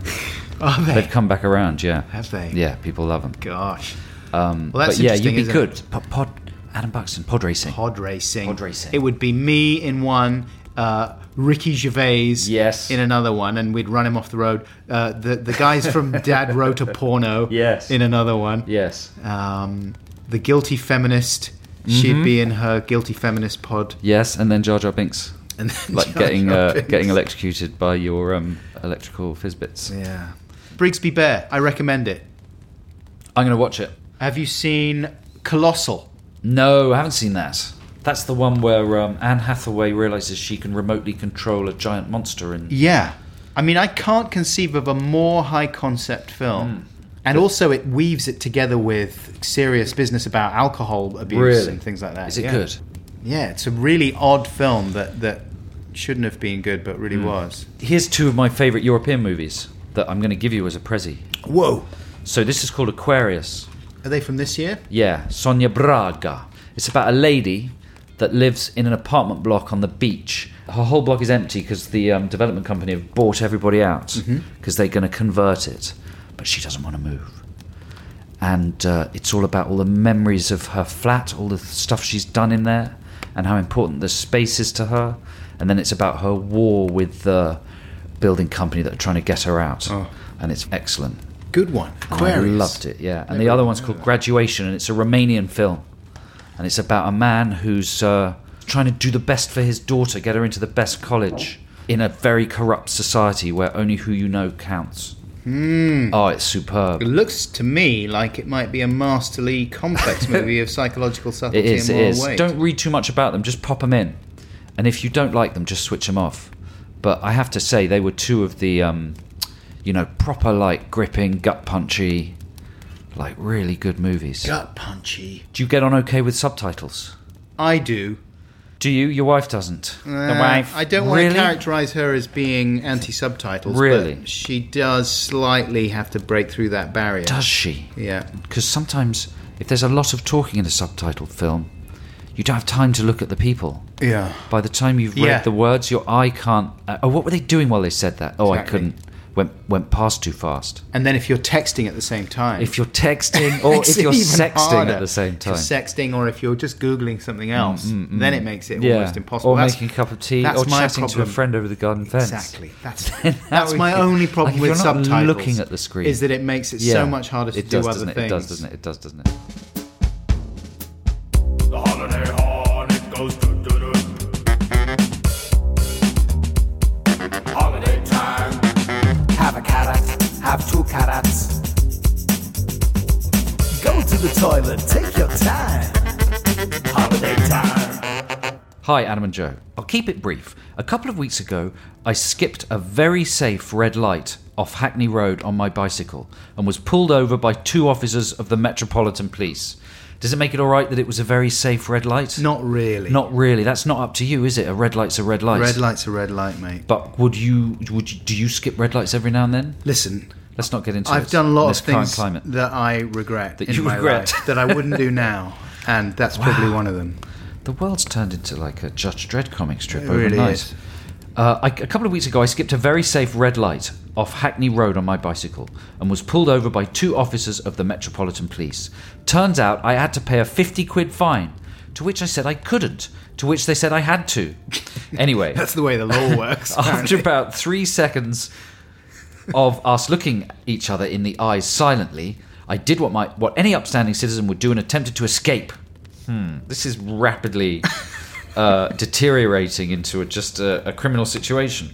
S1: Are they?
S4: They've come back around, yeah.
S1: Have they?
S4: Yeah, people love them.
S1: Gosh.
S4: Um,
S1: Well, that's
S4: but yeah,
S1: interesting,
S4: you'd be
S1: isn't
S4: good. P- Pod, Adam Buxton, pod racing.
S1: pod racing.
S4: Pod racing.
S1: It would be me in one, uh, Ricky Gervais
S4: Yes.
S1: in another one, and we'd run him off the road. Uh, the the guys from Dad Wrote a Porno
S4: Yes.
S1: in another one.
S4: yes.
S1: Um, the Guilty Feminist.
S4: Mm-hmm.
S1: She'd be in her Guilty Feminist pod.
S4: Yes, and then Jar Jar Binks.
S1: And then
S4: Like
S1: Jar
S4: getting
S1: Jar
S4: uh,
S1: Binks.
S4: getting electrocuted by your um, electrical fizzbits.
S1: Yeah. Brigsby Bear. I recommend it.
S4: I'm going to watch it.
S1: Have you seen Colossal?
S4: No, I haven't seen that. That's the one where um, Anne Hathaway realizes she can remotely control a giant monster and
S1: Yeah. I mean, I can't conceive of a more high concept
S4: Hmm.
S1: film. And also, it weaves it together with serious business about alcohol abuse
S4: Really?
S1: and things like that.
S4: Is it
S1: yeah.
S4: good?
S1: Yeah, it's a really odd film that, that shouldn't have been good, but really
S4: Hmm.
S1: was.
S4: Here's two of my favorite European movies that I'm going to give you as a prezi.
S1: Whoa.
S4: So this is called Aquarius.
S1: Are they from this year?
S4: Yeah, Sonia Braga. It's about a lady that lives in an apartment block on the beach. Her whole block is empty because the um, development company have bought everybody out because they're going to convert it. But she doesn't want to move. And uh, it's all about all the memories of her flat, all the stuff she's done in there, and how important the space is to her. And then it's about her war with the building company that are trying to get her out. And it's excellent.
S1: Good one.
S4: And Oh, I
S1: Aquarius.
S4: loved it, yeah. And the other one's called Graduation, and it's a Romanian film. And it's about a man who's uh, trying to do the best for his daughter, get her into the best college in a very corrupt society where only who you know counts. Oh, it's superb.
S1: It looks to me like it might be a masterly, complex movie of psychological
S4: It
S1: subtlety
S4: is,
S1: and
S4: it
S1: moral
S4: is.
S1: weight.
S4: Don't read too much about them, just pop them in. And if you don't like them, just switch them off. But I have to say, they were two of the, um, you know, proper, like, gripping, gut punchy, like, really good movies.
S1: Gut punchy.
S4: Do you get on okay with subtitles?
S1: I do.
S4: Do you? Your wife doesn't.
S1: Uh, I don't want to characterize her as being anti subtitles.
S4: Really?
S1: But she does slightly have to break through that barrier.
S4: Does she?
S1: Yeah.
S4: Because sometimes, if there's a lot of talking in a subtitled film, you don't have time to look at the people.
S1: Yeah.
S4: By the time you've read
S1: Yeah.
S4: the words, your eye can't. Uh, oh, what were they doing while they said that? Oh, I
S1: Exactly.
S4: couldn't. Went went past too fast.
S1: And then if you're texting at the same time.
S4: If you're texting or
S1: makes
S4: if
S1: it
S4: you're
S1: even
S4: sexting
S1: harder.
S4: at the same
S1: If you're
S4: time, Mm,
S1: sexting or if you're just Googling something else, then it makes it
S4: yeah,
S1: almost impossible.
S4: or
S1: That's-
S4: making a cup of tea,
S1: that's
S4: or
S1: my
S4: chatting to a
S1: problem.
S4: friend over the garden fence.
S1: Exactly. That's,
S4: Then
S1: that's
S4: that
S1: my
S4: would be-
S1: only problem
S4: like, if
S1: with
S4: you're not
S1: subtitles.
S4: Looking at the screen
S1: Is that it makes it
S4: Yeah.
S1: so much harder to
S4: it
S1: do
S4: does,
S1: other
S4: doesn't it?
S1: things.
S4: It does, doesn't it? It does, doesn't it?
S10: The holiday horn, it goes doo doo doo. Holiday time,
S11: Have a carrot, have two carrots. Go to the toilet, take your time.
S10: holiday time.
S4: Hi, Adam and Joe. I'll keep it brief. A couple of weeks ago, I skipped a very safe red light off Hackney Road on my bicycle and was pulled over by two officers of the Metropolitan Police. Does it make it all right that it was a very safe red light?
S1: Not really.
S4: Not really. That's not up to you, is it? A red light's a red light.
S1: Red light's a red light, mate.
S4: But would you would you, do you skip red lights every now and then?
S1: Listen,
S4: Let's not get into
S1: I've
S4: it
S1: done a
S4: in
S1: lot
S4: this
S1: of things
S4: current climate.
S1: that I regret
S4: That
S1: in
S4: you
S1: my
S4: regret.
S1: life that I wouldn't do now, and that's probably
S4: Wow.
S1: one of them.
S4: The world's turned into like a Judge Dredd comic strip
S1: It really
S4: overnight.
S1: is.
S4: Uh, I, a couple of weeks ago, I skipped a very safe red light off Hackney Road on my bicycle and was pulled over by two officers of the Metropolitan Police. Turns out I had to pay a 50 quid fine, to which I said I couldn't, to which they said I had to. Anyway,
S1: That's the way the law works.
S4: after
S1: apparently.
S4: about three seconds of us looking each other in the eyes silently, I did what my what any upstanding citizen would do and attempted to escape. Hmm. This is rapidly uh, deteriorating into a, just a, a criminal situation.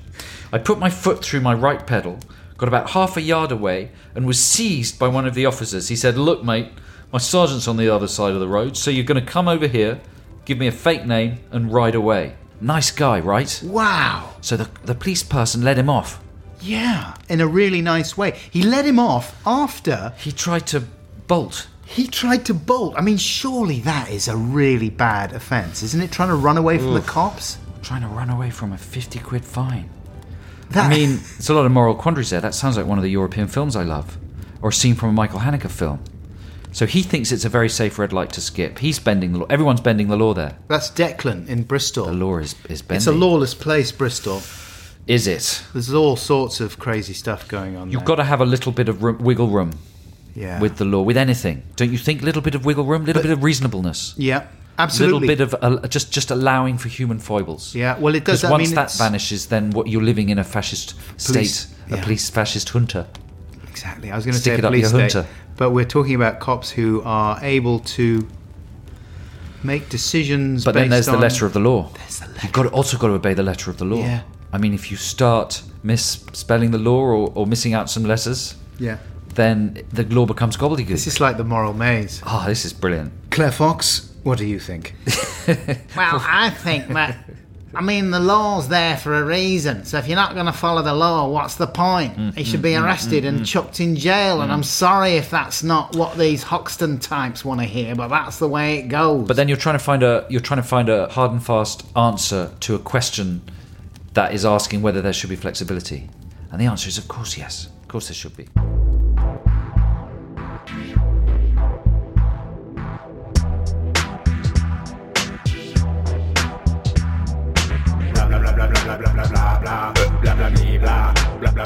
S4: I put my foot through my right pedal, got about half a yard away, and was seized by one of the officers. He said, "Look, mate, my sergeant's on the other side of the road, so you're going to come over here, give me a fake name, and ride away." Nice guy, right?
S1: Wow.
S4: So the, the police person let him off.
S1: Yeah, in a really nice way. He let him off after
S4: He tried to bolt.
S1: he tried to bolt. I mean, surely that is a really bad offence, isn't it? Trying to run away from the cops.
S4: Trying to run away from a 50 quid fine.
S1: That,
S4: I mean, it's a lot of moral quandaries there. That sounds like one of the European films I love, or a scene from a Michael Haneke film. So he thinks it's a very safe red light to skip. He's bending the law. Everyone's bending the law there.
S1: that's Declan in Bristol.
S4: The law is, is bending.
S1: It's a lawless place, Bristol.
S4: Is it?
S1: There's all sorts of crazy stuff going on.
S4: You've got to have a little bit of room, wiggle room
S1: yeah.
S4: with the law, with anything. Don't you think? little bit of wiggle room, little bit of reasonableness.
S1: yeah. Absolutely.
S4: little bit of uh, just just allowing for human foibles.
S1: Yeah, well, it does.
S4: Because
S1: I
S4: once
S1: mean,
S4: that
S1: it's-
S4: vanishes, then what you're living in a fascist
S1: Police-
S4: state,
S1: yeah.
S4: a police fascist junta.
S1: Exactly. I was going to
S4: Stick
S1: say
S4: it
S1: a
S4: up
S1: police
S4: your
S1: state,
S4: hunter.
S1: but we're talking about cops who are able to make decisions.
S4: But then there's the letter of the law.
S1: the
S4: You've got to, also got to obey the letter of the law.
S1: Yeah.
S4: I mean, if you start misspelling the law or, or missing out some letters,
S1: yeah.
S4: then the law becomes gobbledygook.
S1: It's just like the moral maze.
S4: Ah, this is brilliant.
S1: Claire Fox, what do you think?
S9: Well, I think that. I mean, the law's there for a reason. So if you're not going to follow the law, what's the point?
S4: Mm,
S9: he should be arrested and chucked in jail. And I'm sorry if that's not what these Hoxton types want to hear, but that's the way it goes.
S4: But then you're trying to find a you're trying to find a hard and fast answer to a question that is asking whether there should be flexibility, and the answer is of course yes, of course there should be.
S10: Blah blah blah blah blah blah blah blah blah blah blah blee, blah blah blah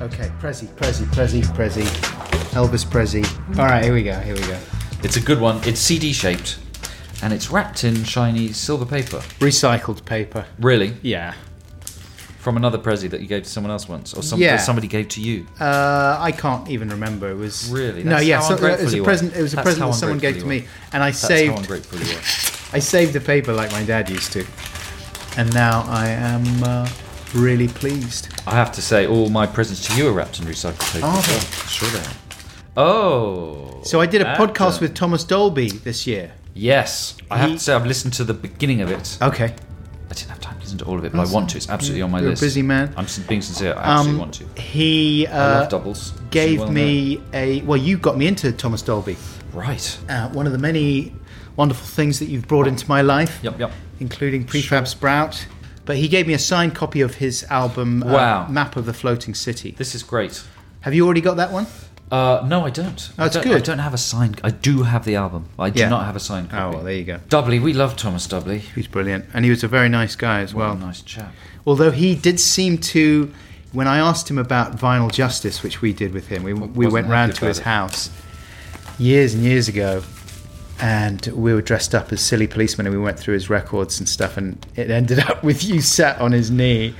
S1: Okay, Prezi, Prezi, Prezi, Prezi, Elvis Prezi. All right, here we go. Here we go.
S4: It's a good one. It's CD shaped, and it's wrapped in shiny silver paper.
S1: Recycled paper.
S4: Really,
S1: Yeah.
S4: from another Prezi that you gave to someone else once, or some,
S1: Yeah.
S4: that somebody gave to you.
S1: Uh, I can't even remember. It was
S4: Really?
S1: no.
S4: That's
S1: Yeah,
S4: how
S1: so, uh, it
S4: ungrateful
S1: was a
S4: you are.
S1: present. It was a
S4: That's
S1: present
S4: how
S1: that someone gave to
S4: ungrateful you
S1: me, and I
S4: That's how
S1: saved.
S4: ungrateful you are.
S1: I saved the paper like my dad used to, and now I am uh, really pleased.
S4: I have to say, all my presents to you are wrapped in recycled paper.
S1: Are they?
S4: Sure they are. Oh.
S1: So I did a podcast
S4: Adam.
S1: with Thomas Dolby this year.
S4: Yes, I have
S1: He-
S4: to say I've listened to the beginning of it.
S1: Okay.
S4: I didn't have time to listen to all of it, but I want to. It's absolutely on my
S1: You're a
S4: list.
S1: busy man.
S4: I'm sin- being sincere. I absolutely want to.
S1: Um, He
S4: I love
S1: uh,
S4: doubles. as you
S1: gave
S4: well
S1: me a well. You got me into Thomas Dolby.
S4: know. right.
S1: Uh, one of the many wonderful things that you've brought into my life.
S4: Yep, yep.
S1: including Prefab Sprout. But he gave me a signed copy of his album uh,
S4: Wow.
S1: Map of the Floating City.
S4: This is great.
S1: Have you already got that one?
S4: Uh, no, I don't. I
S1: That's
S4: don't-
S1: good.
S4: I don't have a signed. I do have the album. I do
S1: Yeah.
S4: not have a signed copy.
S1: Oh, you go.
S4: Doubly, we love Thomas Doubly.
S1: He's brilliant. And he was a very nice guy as well.
S4: Oh, nice chap.
S1: Although he did seem to, when I asked him about Vinyl Justice, which we did with him, we, we
S4: wasn't
S1: went round
S4: happy
S1: to
S4: about
S1: his
S4: it.
S1: house years and years ago. And we were dressed up as silly policemen and we went through his records and stuff. And it ended up with you sat on his knee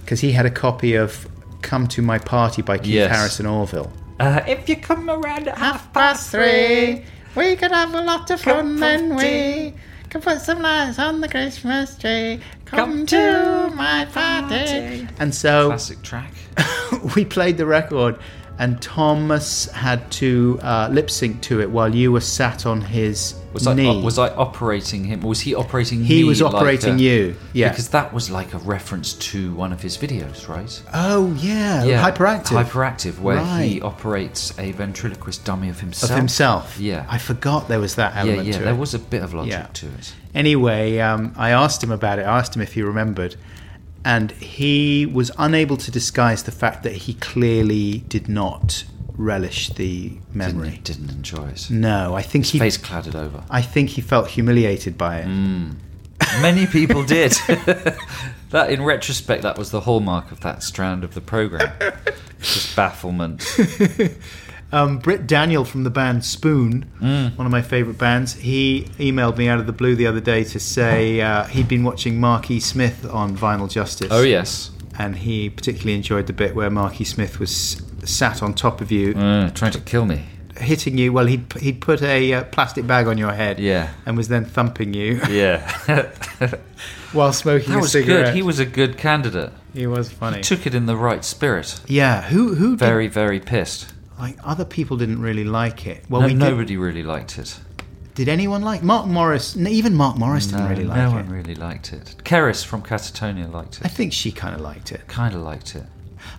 S1: because he had a copy of Come to My Party by Keith
S4: Yes.
S1: Harrison Orville.
S4: Uh, if you come around at half
S1: past three. We could have a lot of fun then we can put some lights on the Christmas tree. Come, to my party. And so
S4: classic track.
S1: we played the record, and Thomas had to uh, lip sync to it while you were sat on his
S4: Was I,
S1: knee.
S4: uh, was I operating him? Was he operating
S1: he
S4: me
S1: was
S4: like
S1: operating
S4: a-
S1: you. Yeah.
S4: Because that was like a reference to one of his videos, right?
S1: oh yeah, hyperactive
S4: Hyperactive, where he
S1: Right.
S4: operates a ventriloquist dummy of
S1: of
S4: himself.
S1: himself.
S4: Yeah.
S1: I forgot there was that
S4: yeah,
S1: element
S4: yeah.
S1: to
S4: There
S1: it.
S4: was a bit of logic
S1: Yeah.
S4: to it.
S1: Anyway, um, I asked him about it. I asked him if he remembered, and he was unable to disguise the fact that he clearly did not relish the
S4: Didn't,
S1: memory.
S4: didn't enjoy it.
S1: No, I think he.
S4: Face clouded over.
S1: I think he felt humiliated by it.
S4: Many people did. that, in retrospect, that was the hallmark of that strand of the program. Just bafflement.
S1: Um, Britt Daniel from the band Spoon,
S4: Mm.
S1: one of my favourite bands, he emailed me out of the blue the other day to say uh, he'd been watching Mark E. Smith on Vinyl Justice.
S4: Oh yes,
S1: And he particularly enjoyed the bit where Mark E. Smith was sat on top of you
S4: Uh, trying to kill me.
S1: hitting you. Well, he'd, he'd put a uh, plastic bag on your head.
S4: Yeah.
S1: And was then thumping you
S4: Yeah,
S1: while smoking
S4: that
S1: a
S4: was
S1: cigarette.
S4: good. He was a good candidate.
S1: He was funny.
S4: Took it in the right spirit.
S1: yeah. Who, who did-
S4: Very, very pissed.
S1: like, other people didn't really like it. Well,
S4: No,
S1: we did-
S4: nobody really liked it.
S1: Did anyone like Mark Morris? No, even Mark Morris didn't
S4: No,
S1: really like
S4: no
S1: it.
S4: one really liked it. Keris from Catatonia liked
S1: I
S4: it.
S1: think she kind of liked it.
S4: Kind of liked it.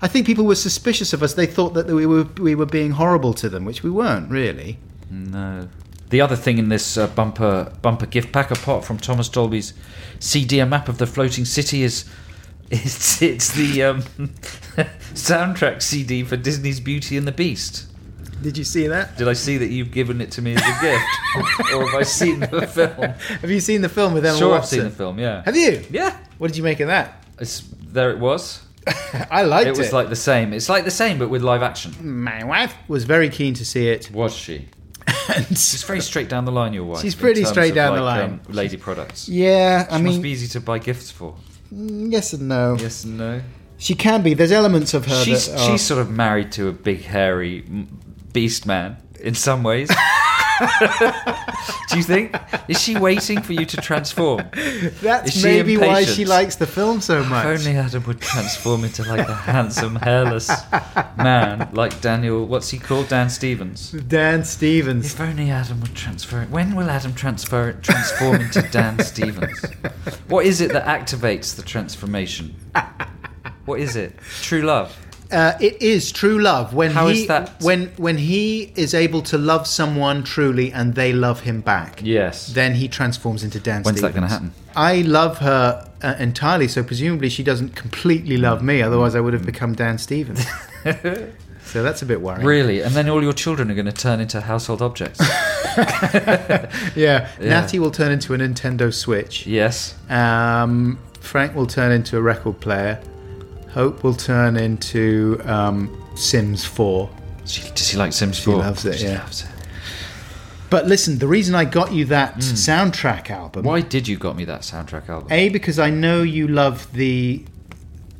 S1: I think people were suspicious of us. They thought that we were we were being horrible to them, which we weren't really.
S4: No. The other thing in this uh, bumper bumper gift pack, apart from Thomas Dolby's CD, a map of the floating city, is it's it's the um, soundtrack CD for Disney's Beauty and the Beast.
S1: Did you see that?
S4: Did I see that you've given it to me as a gift, or have I seen the film?
S1: Have you seen the film with Emma
S4: Sure, I've
S1: Watson?
S4: seen the film. Yeah,
S1: Have you?
S4: yeah.
S1: What did you make of that?
S4: It's there. It was.
S1: I liked it. Hmm.
S4: It was like the same. It's like the same, but with live action.
S1: my wife was very keen to see it,
S4: Was she?
S1: and
S4: She's very straight down the line. Your wife.
S1: She's
S4: in
S1: pretty
S4: terms
S1: straight
S4: of,
S1: down the
S4: like,
S1: line.
S4: um, lady products.
S1: yeah, I
S4: She must
S1: mean,
S4: be easy to buy gifts for.
S1: yes and no.
S4: Yes and no.
S1: She can be. There's elements of her
S4: she's
S1: that are-
S4: she's sort of married to a big hairy m- beast man in some ways. Do you think? Is she waiting for you to transform?
S1: that's
S4: is she
S1: maybe why
S4: impatient?
S1: she likes the film so much.
S4: If only Adam would transform into like a handsome, hairless man like Daniel. What's he called? Dan Stevens.
S1: Dan Stevens.
S4: If only Adam would transfer it. When will Adam transfer transform into Dan Stevens? What is it that activates the transformation? What is it? True love.
S1: Uh, it is true love when
S4: How
S1: he
S4: is that?
S1: when when he is able to love someone truly and they love him back.
S4: Yes.
S1: Then he transforms into Dan.
S4: When's that gonna
S1: Stevens. I love her uh, entirely, so presumably she doesn't completely love me. Otherwise, I would have become Dan Stevens. so that's a bit worrying.
S4: Really? And then all your children are going to turn into household objects.
S1: Yeah. Natty will turn into a Nintendo Switch.
S4: yes.
S1: Um, Frank will turn into a record player. Hope will turn into um, Sims Four.
S4: She, does she like Sims 4?
S1: loves it,
S4: She
S1: yeah.
S4: loves it.
S1: But listen, the reason I got you that soundtrack album
S4: Hmm. Why did you got me that soundtrack album?
S1: A because I know you love the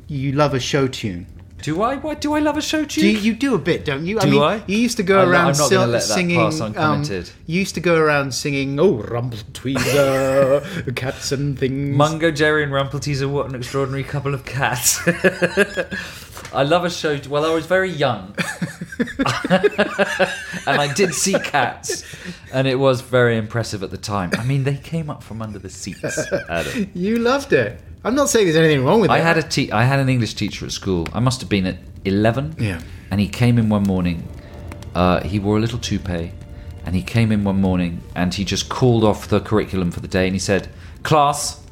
S1: you love a show tune.
S4: do I? Why do I love a show tune?
S1: Do you, you do a bit, don't you?
S4: Do I?
S1: You used to go
S4: I'm not-
S1: around
S4: I'm not
S1: sil-
S4: gonna let that
S1: singing.
S4: pass
S1: um,
S4: uncommented.
S1: you used to go around singing. Oh, rumble tweezer, cats and things.
S4: Mungo Jerry and Rumpelteazer, what an extraordinary couple of cats. I love a show. Well, I was very young. and I did see cats. And it was very impressive at the time. I mean, they came up from under the seats, Adam.
S1: you loved it. I'm not saying there's anything wrong with
S4: I
S1: it.
S4: had a te- I had an English teacher at school. I must have been at eleven.
S1: Yeah.
S4: And he came in one morning. Uh, he wore a little toupee, and he came in one morning and he just called off the curriculum for the day and he said, "Class,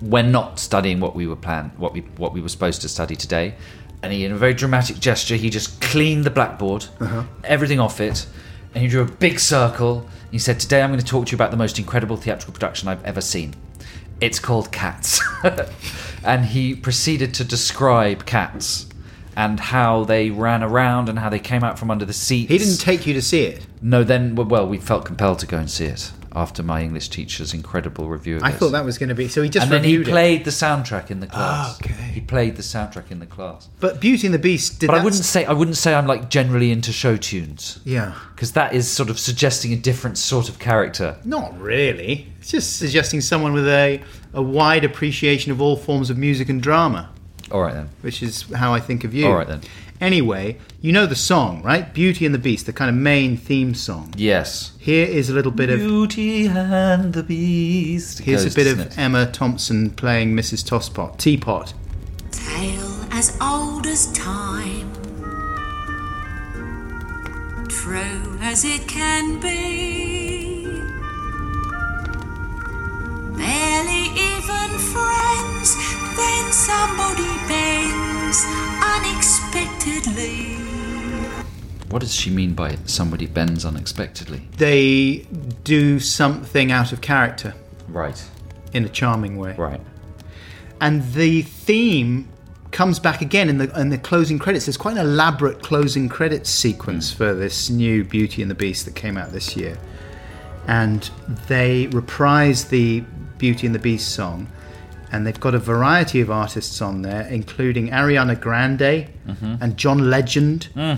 S4: we're not studying what we were planned, what we what we were supposed to study today." And he, in a very dramatic gesture, he just cleaned the blackboard,
S1: Uh-huh.
S4: everything off it, and he drew a big circle. He said, "Today, I'm going to talk to you about the most incredible theatrical production I've ever seen." It's called Cats. and he proceeded to describe cats and how they ran around and how they came out from under the seats.
S1: he didn't take you to see it.
S4: no, then, well, we felt compelled to go and see it after my English teacher's incredible review of
S1: I
S4: this.
S1: thought that was going to be. So he just
S4: and then he
S1: reviewed it. Ah,
S4: played the soundtrack in the class.
S1: okay.
S4: He played the soundtrack in the class.
S1: But Beauty and the Beast did.
S4: But
S1: that
S4: I wouldn't say I wouldn't say I'm like generally into show tunes
S1: yeah.
S4: because that is sort of suggesting a different sort of character.
S1: Not really. It's just suggesting someone with a, a wide appreciation of all forms of music and drama,
S4: All right then.
S1: which is how I think of you.
S4: All right then.
S1: Anyway, you know the song, right? Beauty and the Beast, the kind of main theme song.
S4: Yes.
S1: Here is a little bit of
S4: Beauty and the Beast.
S1: here's
S4: Goes,
S1: a bit
S4: doesn't
S1: of
S4: it?
S1: Emma Thompson playing Mrs. Tosspot, Teapot.
S8: tale as old as time. True as it can be. Barely even friends, then somebody bends unexpectedly.
S4: What does she mean by somebody bends unexpectedly?
S1: They do something out of character
S4: Right,
S1: in a charming way.
S4: right.
S1: and the theme comes back again in the in the closing credits. There's quite an elaborate closing credits sequence
S4: Hmm.
S1: for this new Beauty and the Beast that came out this year, and they reprise the Beauty and the Beast song, and they've got a variety of artists on there, including Ariana Grande
S4: Mm-hmm.
S1: and John Legend.
S4: Hmm.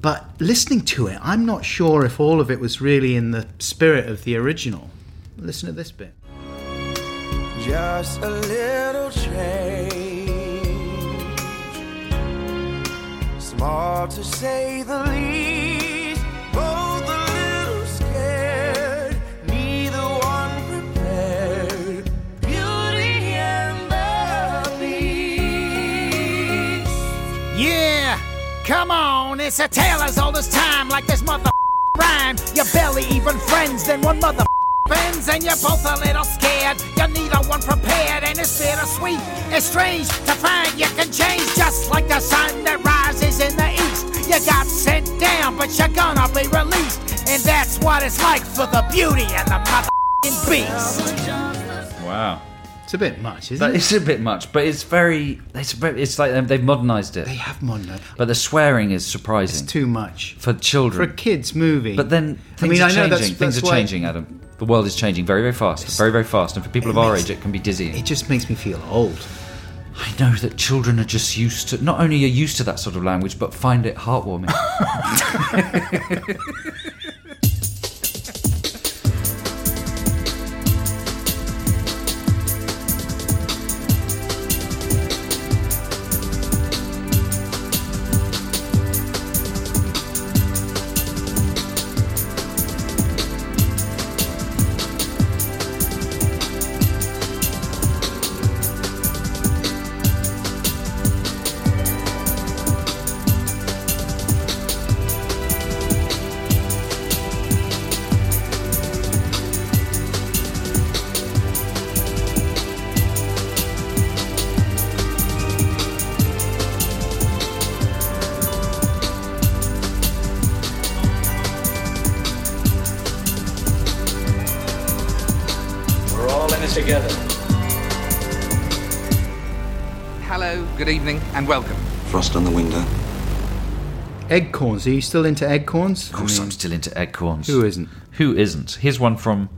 S1: But listening to it, I'm not sure if all of it was really in the spirit of the original. Listen to this bit.
S11: Just a little change. Small to say the least. Both a little scared. Need
S9: Come on, it's a tale as old as time, like this mother rhyme. You're barely even friends, then one mother bends, and you're both a little scared. You're neither one prepared, and it's bittersweet. It's strange to find you can change just like the sun that rises in the east. You got sent down, but you're gonna be released, and that's what it's like for the beauty and the mother beast.
S4: Wow.
S1: It's a bit much, isn't
S4: That
S1: it?
S4: is a bit much, but it's very. It's very, It's like they've- they've modernised it,
S1: They have mono.
S4: but the swearing is surprising
S1: It's too much
S4: for
S1: for
S4: children.
S1: a kids' movie.
S4: But then things
S1: mean,
S4: are
S1: I know
S4: changing.
S1: that's-
S4: things
S1: that's
S4: are
S1: why-
S4: changing, Adam. The world is changing very, very fast. Very, very fast. And for people of our age, it can be dizzying.
S1: it just makes me feel old.
S4: I know that children are just used to. Not only are used to that sort of language, but find it heartwarming.
S11: We're all in it together.
S12: Hello, good evening, and welcome.
S13: Frost on the window.
S1: Eggcorns. Are you still into eggcorns?
S4: Of course, I'm still into eggcorns.
S1: Who isn't?
S4: Who isn't? Here's one from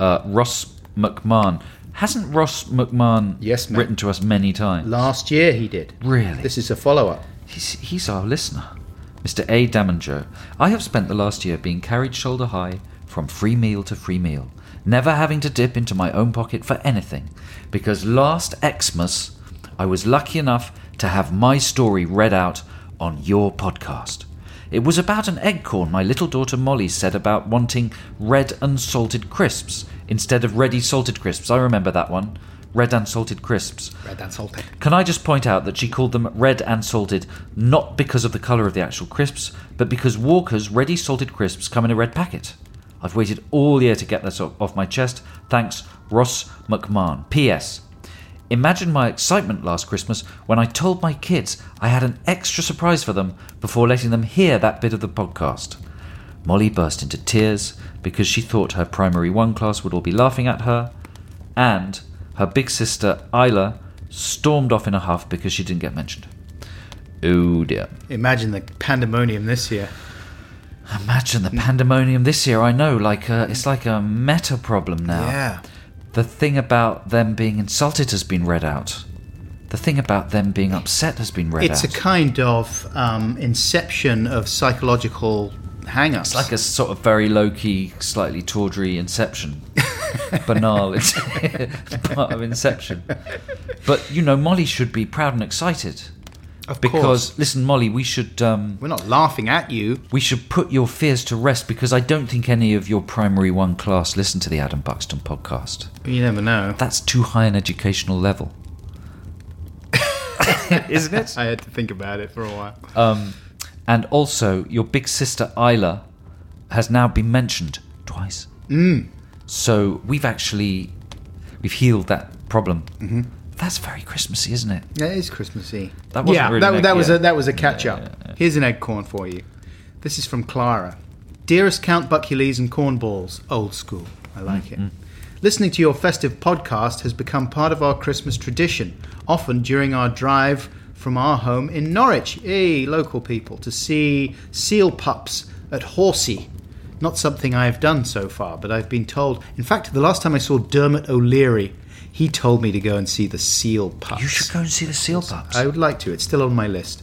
S4: uh, Ross McMahon. Hasn't Ross McMahon
S1: Yes, mate.
S4: written to us many times?
S1: Last year he did.
S4: Really?
S1: This is a follow-up.
S4: He's, he's our listener. Mr. A. Damanger. I have spent the last year being carried shoulder high from free meal to free meal, never having to dip into my own pocket for anything, because last Xmas I was lucky enough to have my story read out on your podcast. It was about an eggcorn my little daughter Molly said about wanting red unsalted crisps instead of ready salted crisps. I remember that one. Red unsalted crisps.
S1: Red and salted.
S4: Can I just point out that she called them red and salted not because of the colour of the actual crisps, but because Walker's ready salted crisps come in a red packet? I've waited all year to get this off off my chest. Thanks, Ross McMahon. P.S. Imagine my excitement last Christmas when I told my kids I had an extra surprise for them before letting them hear that bit of the podcast. Molly burst into tears because she thought her primary one class would all be laughing at her, and her big sister Isla stormed off in a huff because she didn't get mentioned. Oh dear.
S1: Imagine the pandemonium this year.
S4: Imagine the pandemonium this year. I know, like uh it's like a meta problem now.
S1: Yeah.
S4: The thing about them being insulted has been read out. The thing about them being upset has been read
S1: it's
S4: out.
S1: a kind of um, inception of psychological hang-ups.
S4: It's like a sort of very low key, slightly tawdry Inception. Banal. It's part of Inception. But, you know, Molly should be proud and excited.
S1: Of
S4: because,
S1: course.
S4: listen, Molly, we should. Um,
S1: We're not laughing at you.
S4: we should put your fears to rest because I don't think any of your primary one class listen to the Adam Buxton podcast.
S1: You never know.
S4: That's too high an educational level. Isn't it?
S1: I had to think about it for a while.
S4: Um, And also, your big sister Isla has now been mentioned twice. Mm. So we've actually we've healed that problem. Mm-hmm. That's very Christmassy, isn't it?
S1: That is Christmassy.
S4: That wasn't
S1: yeah,
S4: really an
S1: that,
S4: egg,
S1: that was
S4: yeah.
S1: a that was a catch up. Here's an egg corn for you. This is from Clara. Dearest Count Buckulees and Cornballs, old school. I like it.
S4: Mm-hmm.
S1: Listening to your festive podcast has become part of our Christmas tradition, often during our drive from our home in Norwich, hey, local people, to see seal pups at Horsey. Not something I have done so far, but I've been told. In fact, the last time I saw Dermot O'Leary, he told me to go and see the seal pups.
S4: You should go and see the seal pups.
S1: I would like to. It's still on my list.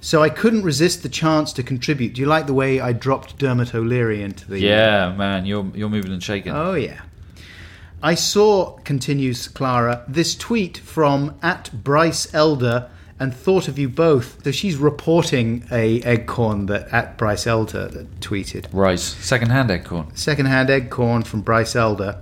S1: So I couldn't resist the chance to contribute. Do you like the way I dropped Dermot O'Leary into the?
S4: yeah, man, you're you're moving and shaking.
S1: Oh yeah. I saw, continues Clara, this tweet from at Bryce Elder and thought of you both. So she's reporting a egg corn that at Bryce Elder that tweeted
S4: Rice, second-hand egg corn.
S1: secondhand egg corn from Bryce Elder,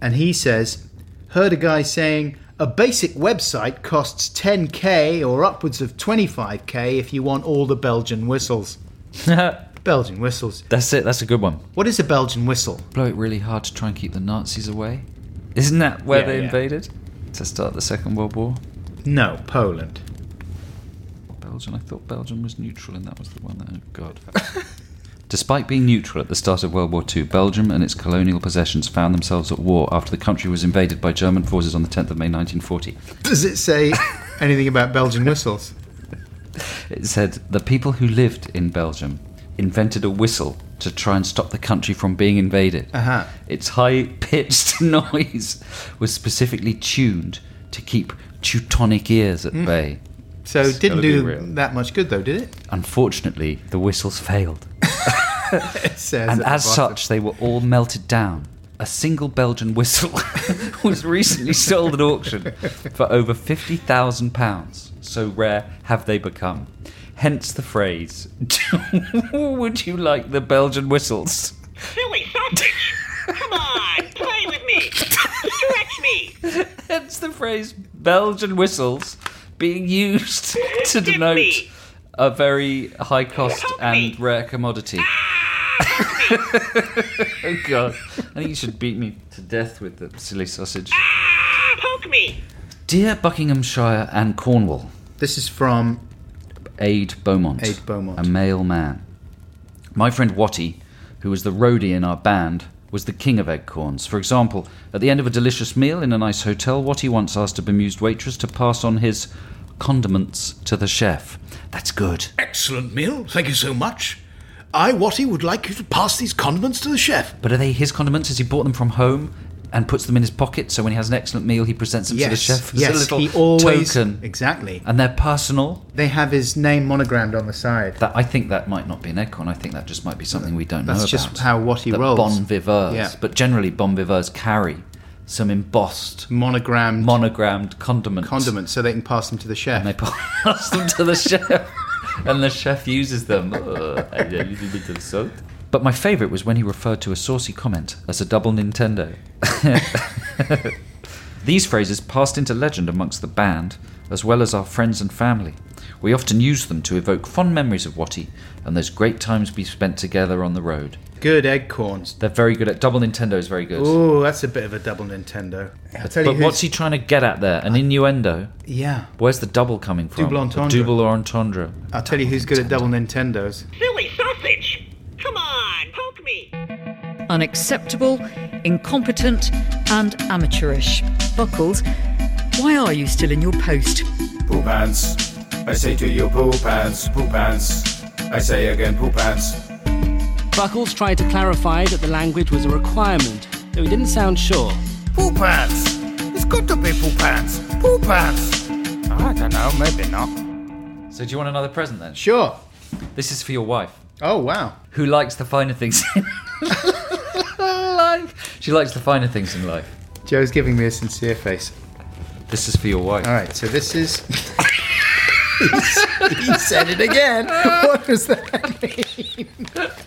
S1: and he says, heard a guy saying, A basic website costs 10k or upwards of 25k if you want all the Belgian whistles. Belgian whistles.
S4: That's it. That's a good one.
S1: What is a Belgian whistle?
S4: Blow it really hard to try and keep the Nazis away. Isn't that where
S1: Yeah,
S4: they
S1: yeah.
S4: invaded to start the Second World War?
S1: No, Poland.
S4: Belgium. I thought Belgium was neutral, and that was the one that. Oh God. Despite being neutral at the start of World War II, Belgium and its colonial possessions found themselves at war after the country was invaded by German forces on the 10th of May 1940.
S1: Does it say anything about Belgian whistles?
S4: It said the people who lived in Belgium invented a whistle to try and stop the country from being invaded.
S1: Uh-huh.
S4: Its high pitched noise was specifically tuned to keep Teutonic ears at bay.
S1: So
S4: It's
S1: it didn't
S4: gotta be
S1: do
S4: real.
S1: that much good though, did it?
S4: Unfortunately, the whistles failed.
S1: It says at
S4: and
S1: the
S4: as
S1: bottom.
S4: such, they were all melted down. A single Belgian whistle was recently sold at auction for over £50,000. So rare have they become. Hence the phrase, would you like the Belgian whistles?
S7: Silly sausage! Come on, play with me! Stretch me!
S4: Hence the phrase Belgian whistles being used to denote a very high cost and rare commodity.
S7: Ah.
S4: oh god. I think you should beat me to death with the silly sausage.
S7: Ah, poke me!
S4: Dear Buckinghamshire and Cornwall.
S1: This is from
S4: Aid Beaumont.
S1: Aid Beaumont.
S4: A male man. My friend Watty, who was the roadie in our band, was the king of eggcorns. For example, at the end of a delicious meal in a nice hotel, Watty once asked a bemused waitress to pass on his condiments to the chef. That's good.
S13: Excellent meal, thank you so much. I, Watty, would like you to pass these condiments to the chef.
S4: But are they his condiments? Has he bought them from home and puts them in his pocket so when he has an excellent meal, he presents them to the
S1: Yes,
S4: chef as
S1: yes,
S4: a little
S1: he always-
S4: token?
S1: Exactly.
S4: And they're personal.
S1: They have his name monogrammed on the side.
S4: That I think that might not be an eggcorn. I think that just might be something we don't know
S1: That's
S4: about.
S1: just how Watty
S4: that
S1: rolls.
S4: Bon viveurs,
S1: Yeah.
S4: but generally bon viveurs carry some embossed,
S1: monogrammed,
S4: monogrammed condiments.
S1: condiments so they can pass them to the chef.
S4: They pass them to the chef, and the chef uses them. Uh, and a little bit of salt. But my favourite was when he referred to a saucy comment as a double Nintendo. These phrases passed into legend amongst the band, as well as our friends and family. We often use them to evoke fond memories of Watty and those great times we spent together on the road.
S1: Good eggcorns.
S4: They're very good at double Nintendo is very good.
S1: Ooh, that's a bit of a double Nintendo. I'll tell you
S4: But
S1: who's-
S4: what's he trying to get at there? An innuendo?
S1: Yeah.
S4: Where's the double coming from?
S1: Double entendre.
S4: A double entendre.
S1: I'll tell you who's good at double Nintendos.
S7: Silly sausage! Come on, poke me!
S14: Unacceptable, incompetent, and amateurish. Buckles, why are you still in your post?
S10: Poo pants. I say to you, poo pants, poo pants. I say again, poo pants.
S15: Buckles tried to clarify that the language was a requirement, though he didn't sound sure.
S9: Poo pants. It's good to be poo pants. Poo pants. I don't know, maybe not.
S4: So do you want another present then?
S1: Sure.
S4: This is for your wife.
S1: Oh wow.
S4: Who likes the finer things in life? She likes the finer things in life.
S1: Joe's giving me a sincere face.
S4: This is for your wife.
S1: All right, so this is. he said it again. What does that mean?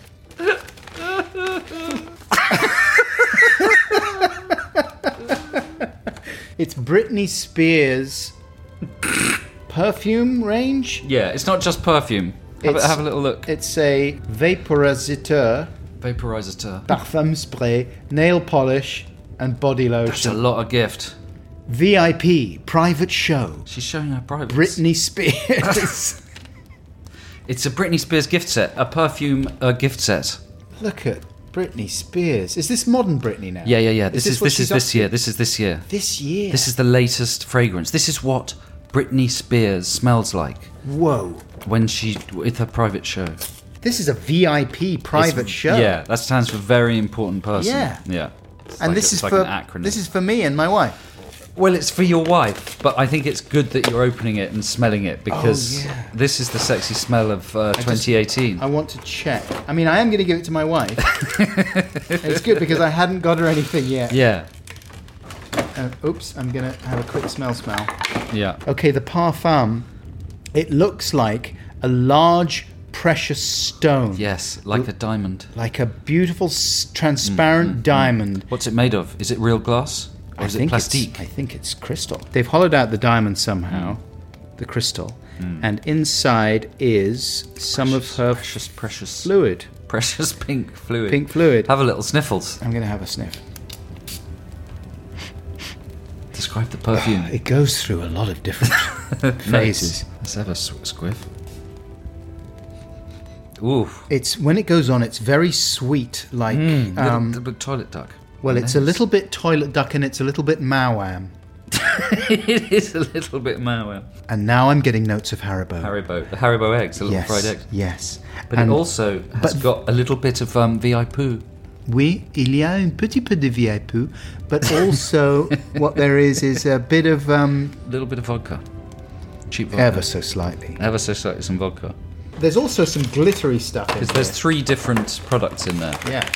S1: it's Britney Spears perfume range.
S4: Yeah, it's not just perfume. Have, a,
S1: It's-
S4: have a little look.
S1: It's a vaporizer,
S4: Vaporizer to.
S1: parfum spray, nail polish, and body
S4: That's a
S1: lotion.
S4: lot of gift.
S1: VIP private show.
S4: She's showing her private.
S1: Britney Spears.
S4: It's a Britney Spears gift set. A perfume uh, gift set.
S1: Look at Britney Spears. Is this modern Britney now?
S4: Yeah, yeah, yeah. This is
S1: what
S4: this is
S1: she's up
S4: this
S1: to?
S4: year. This is this year.
S1: This year.
S4: This is the latest fragrance. This is what Britney Spears smells like
S1: Whoa.
S4: when she with her private show.
S1: This is a VIP private
S4: It's-
S1: show.
S4: Yeah, that stands for very important person.
S1: Yeah.
S4: yeah. It's
S1: And
S4: like-
S1: this
S4: it's
S1: is
S4: like
S1: for
S4: an acronym.
S1: this is for me and my wife.
S4: well, it's for your wife, but I think it's good that you're opening it and smelling it because
S1: yeah.
S4: this is the sexy smell of uh, 2018.
S1: I want to check. I mean, I am going to give it to my wife. it's good because I hadn't got her anything yet.
S4: yeah,
S1: Uh, oops, I'm going to have a quick smell smell.
S4: yeah.
S1: Okay, the parfum. It looks like a large precious stone.
S4: Yes, like a diamond.
S1: Like a beautiful s- transparent diamond.
S4: What's it made of? Is it real glass? Or
S1: I
S4: is it
S1: think it's-
S4: plastique?
S1: I think it's crystal. They've hollowed out the diamond somehow, the crystal, and inside is some of her precious,
S4: precious
S1: fluid,
S4: precious pink fluid.
S1: pink fluid.
S4: Have a little sniffles.
S1: I'm gonna have a sniff.
S4: Describe the perfume.
S1: It goes through a lot of different phases.
S4: Let's have a sw- squiff. Ooh,
S1: It's when it goes on, it's very sweet, like
S4: Mm, little-
S1: um,
S4: little toilet duck.
S1: Well, it's a
S4: Nice.
S1: little bit toilet duck and it's a little bit mawam.
S4: it is a little bit malware.
S1: And now I'm getting notes of Haribo.
S4: Haribo, the Haribo eggs, the little
S1: Yes,
S4: fried eggs.
S1: yes.
S4: but
S1: And-
S4: it also has got a little bit of um, VI poo.
S1: Oui, il y a un petit peu de vieille poo, but also what there is is a bit of um,
S4: little bit of vodka, cheap vodka.
S1: ever so slightly.
S4: Ever so slightly some vodka.
S1: There's also some glittery stuff in
S4: Because there's three different products in there.
S1: Yeah.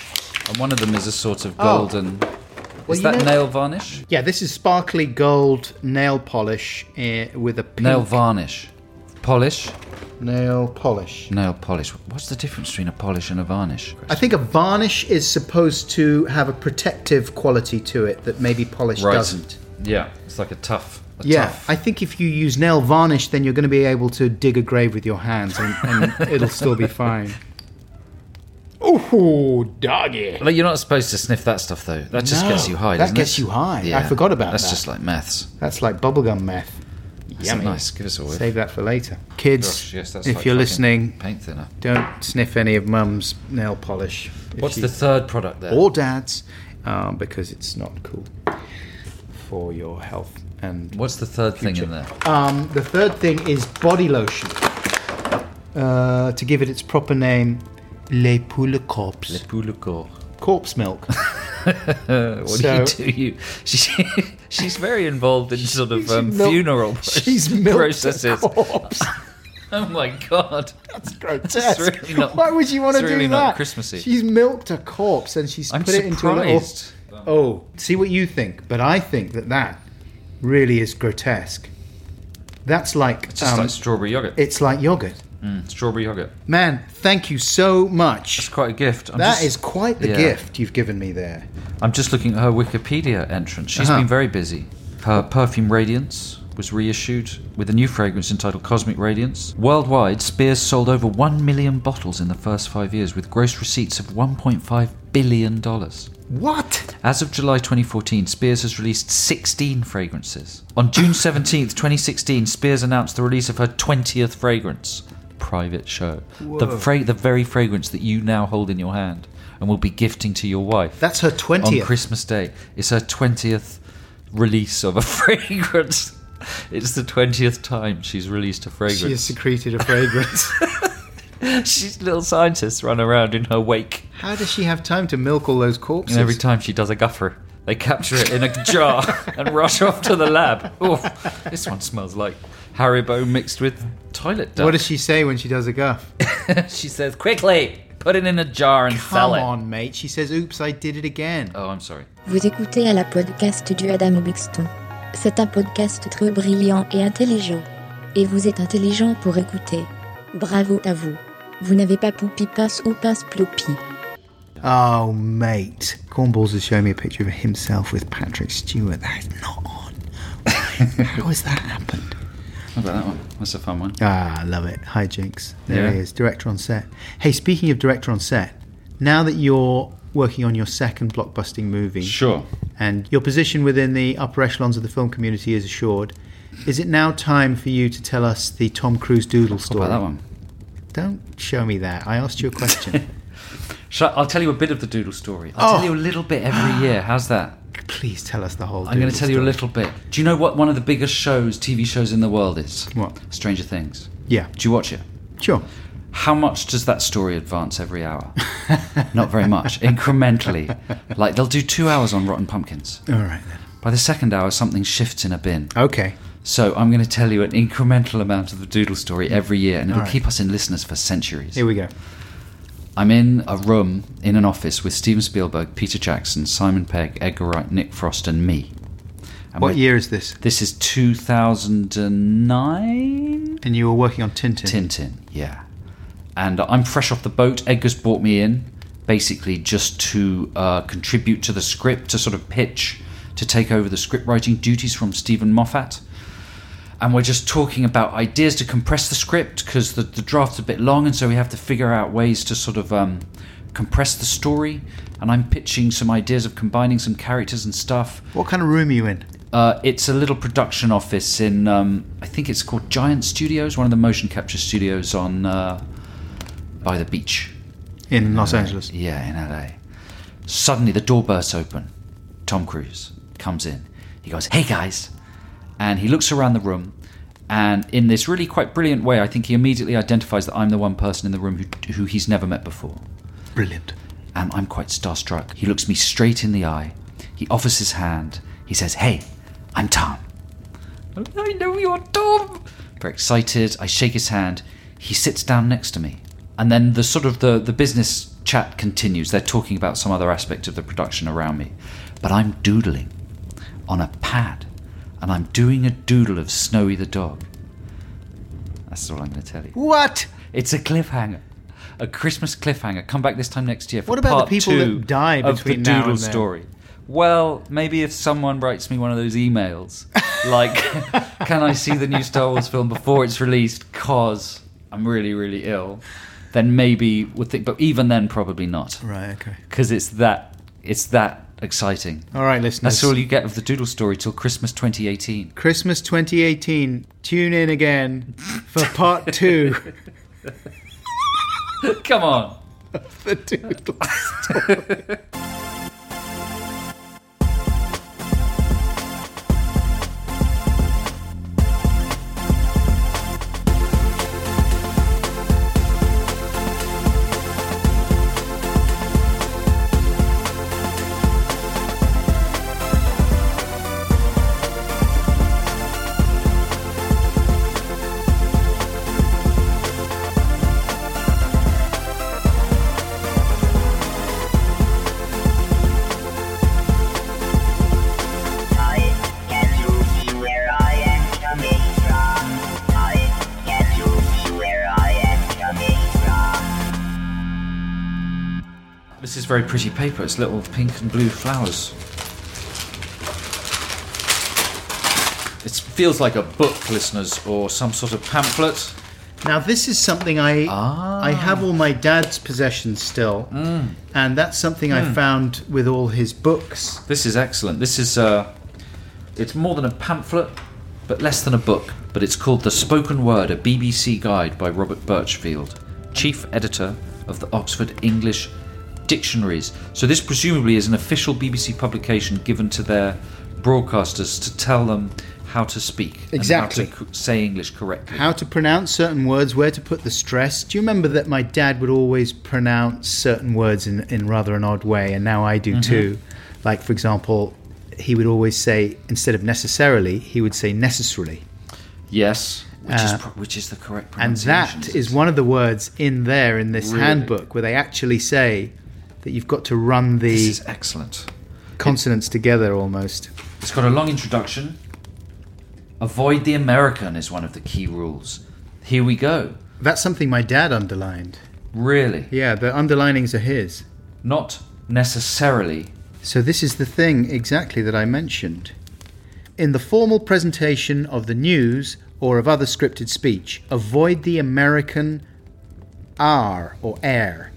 S4: And one of them is a sort of
S1: Oh.
S4: golden.
S1: Well,
S4: is
S1: you
S4: that
S1: know-
S4: nail varnish?
S1: Yeah, this is sparkly gold nail polish eh, with a pink
S4: Nail varnish. Polish?
S1: nail polish.
S4: Nail polish. What's the difference between a polish and a varnish?
S1: I think a varnish is supposed to have a protective quality to it that maybe polish doesn't.
S4: Yeah, it's like a tough. A
S1: yeah,
S4: Tough.
S1: I think if you use nail varnish, then you're going to be able to dig a grave with your hands, and, and it'll still be fine. Oh, doggy!
S4: Like you're not supposed to sniff that stuff though. That just
S1: No,
S4: gets you high.
S1: that
S4: doesn't
S1: gets
S4: it?
S1: you high. I forgot about
S4: that's
S1: that.
S4: That's just like maths.
S1: That's like bubblegum meth.
S4: That's
S1: Yummy.
S4: nice. Give us a whiff.
S1: Save that for later, kids.
S4: Gosh, yes, that's
S1: if
S4: like
S1: you're
S4: fucking
S1: listening,
S4: paint thinner.
S1: don't sniff any of Mum's nail polish. If
S4: What's
S1: she-
S4: the third product there?
S1: Or Dad's, um, because it's not cool for your health. And
S4: What's the third thing in there?
S1: um, the third thing is body lotion. Uh, to give it its proper name, Les Poules Corps.
S4: Le poule au corps.
S1: Corpse milk.
S4: what
S1: So-
S4: do you do? You she, she's very involved in sort of
S1: She's
S4: um,
S1: milked-
S4: funeral
S1: she's milked a
S4: processes. oh my god,
S1: That's grotesque.
S4: It's really not-
S1: Why would you want to
S4: it's really
S1: do that?
S4: not Christmassy.
S1: She's milked a corpse and she's
S4: I'm
S1: put it
S4: surprised.
S1: into a little. Oh, see what you think, but I think that that really is grotesque. That's like,
S4: it's just
S1: um,
S4: like strawberry yogurt.
S1: it's like yogurt.
S4: Mm, strawberry yogurt.
S1: Man, thank you so much.
S4: It's quite a gift. I'm
S1: That is
S4: just,
S1: quite the
S4: Yeah.
S1: gift you've given me there.
S4: I'm just looking at her Wikipedia entrance. She's
S1: Uh-huh.
S4: been very busy. Her perfume Radiance was reissued with a new fragrance entitled Cosmic Radiance. Worldwide, Spears sold over 1 million bottles in the first five years with gross receipts of $1.5 billion.
S1: What?
S4: As of July 2014, Spears has released 16 fragrances. On June 17th, 2016, Spears announced the release of her 20th fragrance, Private Show. The,
S1: Whoa.
S4: fra- the very fragrance that you now hold in your hand and will be gifting to your wife
S1: That's her
S4: on
S1: 20th.
S4: Christmas Day. It's her 20th release of a fragrance. It's the 20th time she's released a fragrance.
S1: she has secreted a fragrance.
S4: She's little scientists run around in her wake,
S1: How does she have time to milk all those corpses?
S4: and every time she does a guffer, they capture it in a jar and rush off to the lab. Oof, this one smells like Haribo mixed with toilet duck.
S1: what does she say when she does a guff?
S4: she says, quickly, put it in a jar and
S1: Come
S4: sell it.
S1: on, mate. She says, oops, I did it again.
S4: Oh, I'm sorry.
S16: Vous écoutez à la podcast du Adam Buxton. C'est un podcast très brillant et intelligent. Et vous êtes intelligent pour écouter. Bravo à vous. Vous n'avez pas poupi passe ou passe ploupi.
S1: Oh, mate. Cornballs has shown me a picture of himself with Patrick Stewart. That is not on. How has that happened?
S4: How about that one? That's a fun one.
S1: Ah, I love it. Hi, Jinx. There he
S4: Yeah.
S1: is, director on set. Hey, speaking of director on set, now that you're working on your second blockbusting movie,
S4: Sure.
S1: and your position within the upper echelons of the film community is assured, is it now time for you to tell us the Tom Cruise doodle
S4: What
S1: story?
S4: about that one?
S1: Don't show me that. I asked you a question.
S4: Shall I, will tell you a bit of the doodle story. I'll
S1: Oh.
S4: tell you a little bit every year. How's that?
S1: Please tell us the whole.
S4: I'm going to
S1: doodle
S4: tell you a
S1: story.
S4: little bit. Do you know what one of the biggest shows, TV shows in the world is?
S1: What?
S4: Stranger Things.
S1: Yeah.
S4: Do you watch it?
S1: Sure.
S4: How much does that story advance every hour? Not very much. Incrementally. Like they'll do two hours on Rotten Pumpkins.
S1: All right then.
S4: By the second hour, something shifts in a bin.
S1: Okay.
S4: So I'm going to tell you an incremental amount of the doodle story every year, and it'll
S1: All right.
S4: keep us in listeners for centuries.
S1: Here we go.
S4: I'm in a room in an office with Steven Spielberg, Peter Jackson, Simon Pegg, Edgar Wright, Nick Frost, and me. And
S1: What
S4: we're-
S1: year is this?
S4: This is 2009.
S1: And you were working on Tintin.
S4: Tintin, yeah. And I'm fresh off the boat. Edgar's brought me in basically just to uh, contribute to the script, to sort of pitch, to take over the scriptwriting duties from Stephen Moffat. And we're just talking about ideas to compress the script because the, the draft's a bit long, and so we have to figure out ways to sort of um, compress the story. And I'm pitching some ideas of combining some characters and stuff.
S1: What kind of room are you in?
S4: Uh, it's a little production office in, um, I think it's called Giant Studios, one of the motion capture studios on uh, by the beach.
S1: In
S4: Uh,
S1: Los Angeles.
S4: Yeah, in LA. Suddenly the door bursts open. Tom Cruise comes in. He goes, Hey guys! And he looks around the room, and in this really quite brilliant way, I think he immediately identifies that I'm the one person in the room who, who he's never met before.
S13: Brilliant.
S4: And I'm quite starstruck. He looks me straight in the eye. He offers his hand. He says, Hey, I'm Tom. I know you're Tom! Very excited. I shake his hand. He sits down next to me. And then the sort of the, the business chat continues. They're talking about some other aspect of the production around me. But I'm doodling on a pad. And I'm doing a doodle of Snowy the dog. That's all I'm going to tell you.
S1: What?
S4: It's a cliffhanger. A Christmas cliffhanger. Come back this time next year for
S1: What about the
S4: part
S1: people
S4: two
S1: that die
S4: of the
S1: between
S4: doodle
S1: now and then?
S4: story? Well, maybe if someone writes me one of those emails, like, can I see the new Star Wars film before it's released? Cause I'm really, really ill. Then maybe would think, but even then, probably not.
S1: Right, okay.
S4: Because it's that, it's that exciting.
S1: All right, listeners.
S4: That's all you get of the Doodle story till Christmas 2018.
S1: Christmas 2018. Tune in again for part two.
S4: Come on.
S1: the doodle story.
S4: This is very pretty paper. It's little pink and blue flowers. It feels like a book, listeners, or some sort of pamphlet.
S1: Now this is something I
S4: Ah.
S1: I have all my dad's possessions still,
S4: Hmm.
S1: and that's something I
S4: Mm.
S1: found with all his books.
S4: This is excellent. This is uh, it's more than a pamphlet, but less than a book. But it's called The Spoken Word, a BBC guide by Robert Birchfield, chief editor of the Oxford English Dictionaries. So this presumably is an official BBC publication given to their broadcasters to tell them how to speak
S1: Exactly.
S4: and how to co- say English correctly.
S1: How to pronounce certain words, where to put the stress. Do you remember that my dad would always pronounce certain words in, in rather an odd way, and now I do
S4: Mhm.
S1: too? Like, for example, he would always say, instead of necessarily, he would say necessarily.
S4: Yes, which
S1: Uh,
S4: is pro- which is the correct
S1: And
S4: pronunciation.
S1: that is one of the words in there in this
S4: Really?
S1: handbook where they actually say that you've got to run the
S4: This is excellent.
S1: consonants together almost.
S4: It's got a long introduction. Avoid the American is one of the key rules. Here we go.
S1: That's something my dad underlined.
S4: Really?
S1: Yeah, the underlinings are his.
S4: Not necessarily.
S1: So, this is the thing exactly that I mentioned. In the formal presentation of the news or of other scripted speech, avoid the American R or air.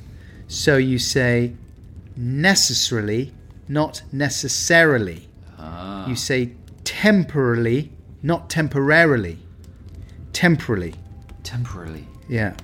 S1: So, you say necessarily, not necessarily. You say temporarily, not temporarily. Temporarily.
S4: Temporarily.
S1: Yeah.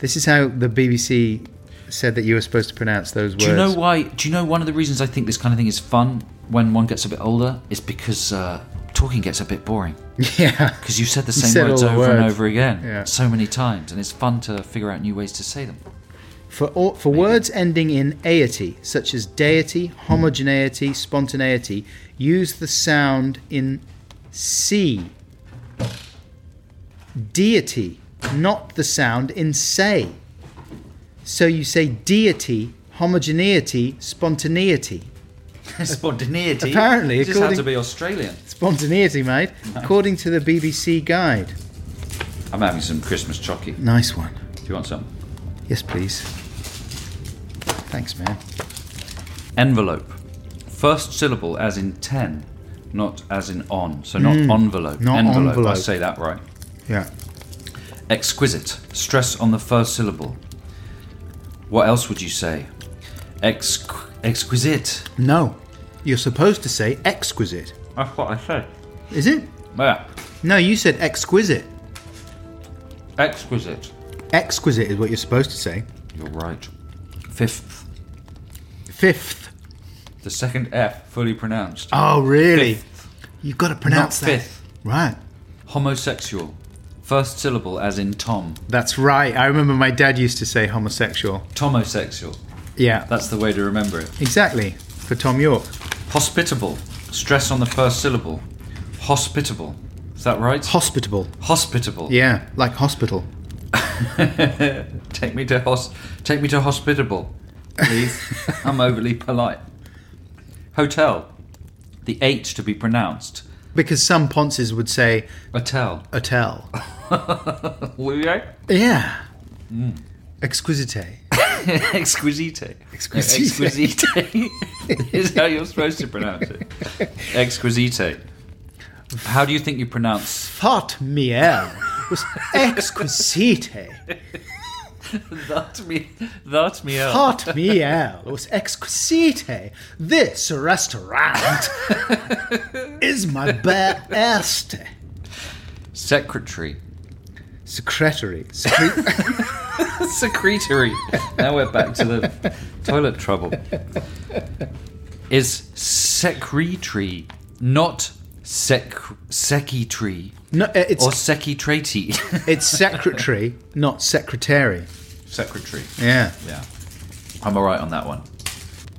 S1: This is how the BBC said that you were supposed to pronounce those words.
S4: Do you know why? Do you know one of the reasons I think this kind of thing is fun when one gets a bit older is because uh, talking gets a bit boring.
S1: Yeah.
S4: Because you said the
S1: You
S4: same
S1: said
S4: words
S1: all the
S4: over and
S1: words.
S4: over again,
S1: Yeah.
S4: so many times, and it's fun to figure out new ways to say them.
S1: For, all, for words ending in aity, such as deity, homogeneity, spontaneity, use the sound in C. Deity, not the sound in say. So you say deity, homogeneity, spontaneity.
S4: Spontaneity.
S1: Apparently,
S4: you just had
S1: according-
S4: to be Australian.
S1: Spontaneity, mate, according to the BBC guide.
S4: I'm having some Christmas chockey.
S1: Nice one.
S4: Do you want some?
S1: Yes, please. Thanks, man.
S4: Envelope. First syllable as in ten, not as in on. So not
S1: Mm,
S4: envelope.
S1: not
S4: envelope. I
S1: envelope.
S4: say that right.
S1: Yeah.
S4: Exquisite. Stress on the first syllable. What else would you say? Exqu- exquisite.
S1: No. You're supposed to say exquisite.
S4: That's what I said.
S1: Is it?
S4: Yeah.
S1: No, you said exquisite.
S4: Exquisite.
S1: Exquisite is what you're supposed to say.
S4: You're right. Fifth.
S1: Fifth.
S4: The second F fully pronounced.
S1: Oh, really?
S4: Fifth,
S1: You've got to pronounce
S4: not
S1: that.
S4: fifth.
S1: Right.
S4: Homosexual. First syllable as in Tom.
S1: That's right. I remember my dad used to say homosexual.
S4: Tomosexual.
S1: Yeah.
S4: That's the way to remember it.
S1: Exactly. For Tom York.
S4: Hospitable. Stress on the first syllable. Hospitable. Is that right?
S1: Hospitable.
S4: Hospitable.
S1: Yeah, like hospital.
S4: take me to hos- take me to hospitable, please. I'm overly polite. Hotel. The H to be pronounced.
S1: Because some ponces would say
S4: Hotel.
S1: hotel.
S4: Exquisite.
S1: Yeah.
S4: Mm.
S1: Exquisite.
S4: Exquisite.
S1: Exquisite.
S4: Exquisite. is how you're supposed to pronounce it. Exquisite. How do you think you pronounce
S1: Pot miel was exquisite.
S4: that? Me, that me out.
S1: Pot miel was exquisite. This restaurant is my best.
S4: Secretary.
S1: Secretary. Secre-
S4: Secretary. Now we're back to the toilet trouble. Is secretary not sec secretary
S1: no, uh, it's
S4: or secretary?
S1: it's secretary, not secretary.
S4: secretary.
S1: Yeah.
S4: Yeah. I'm all right on that one.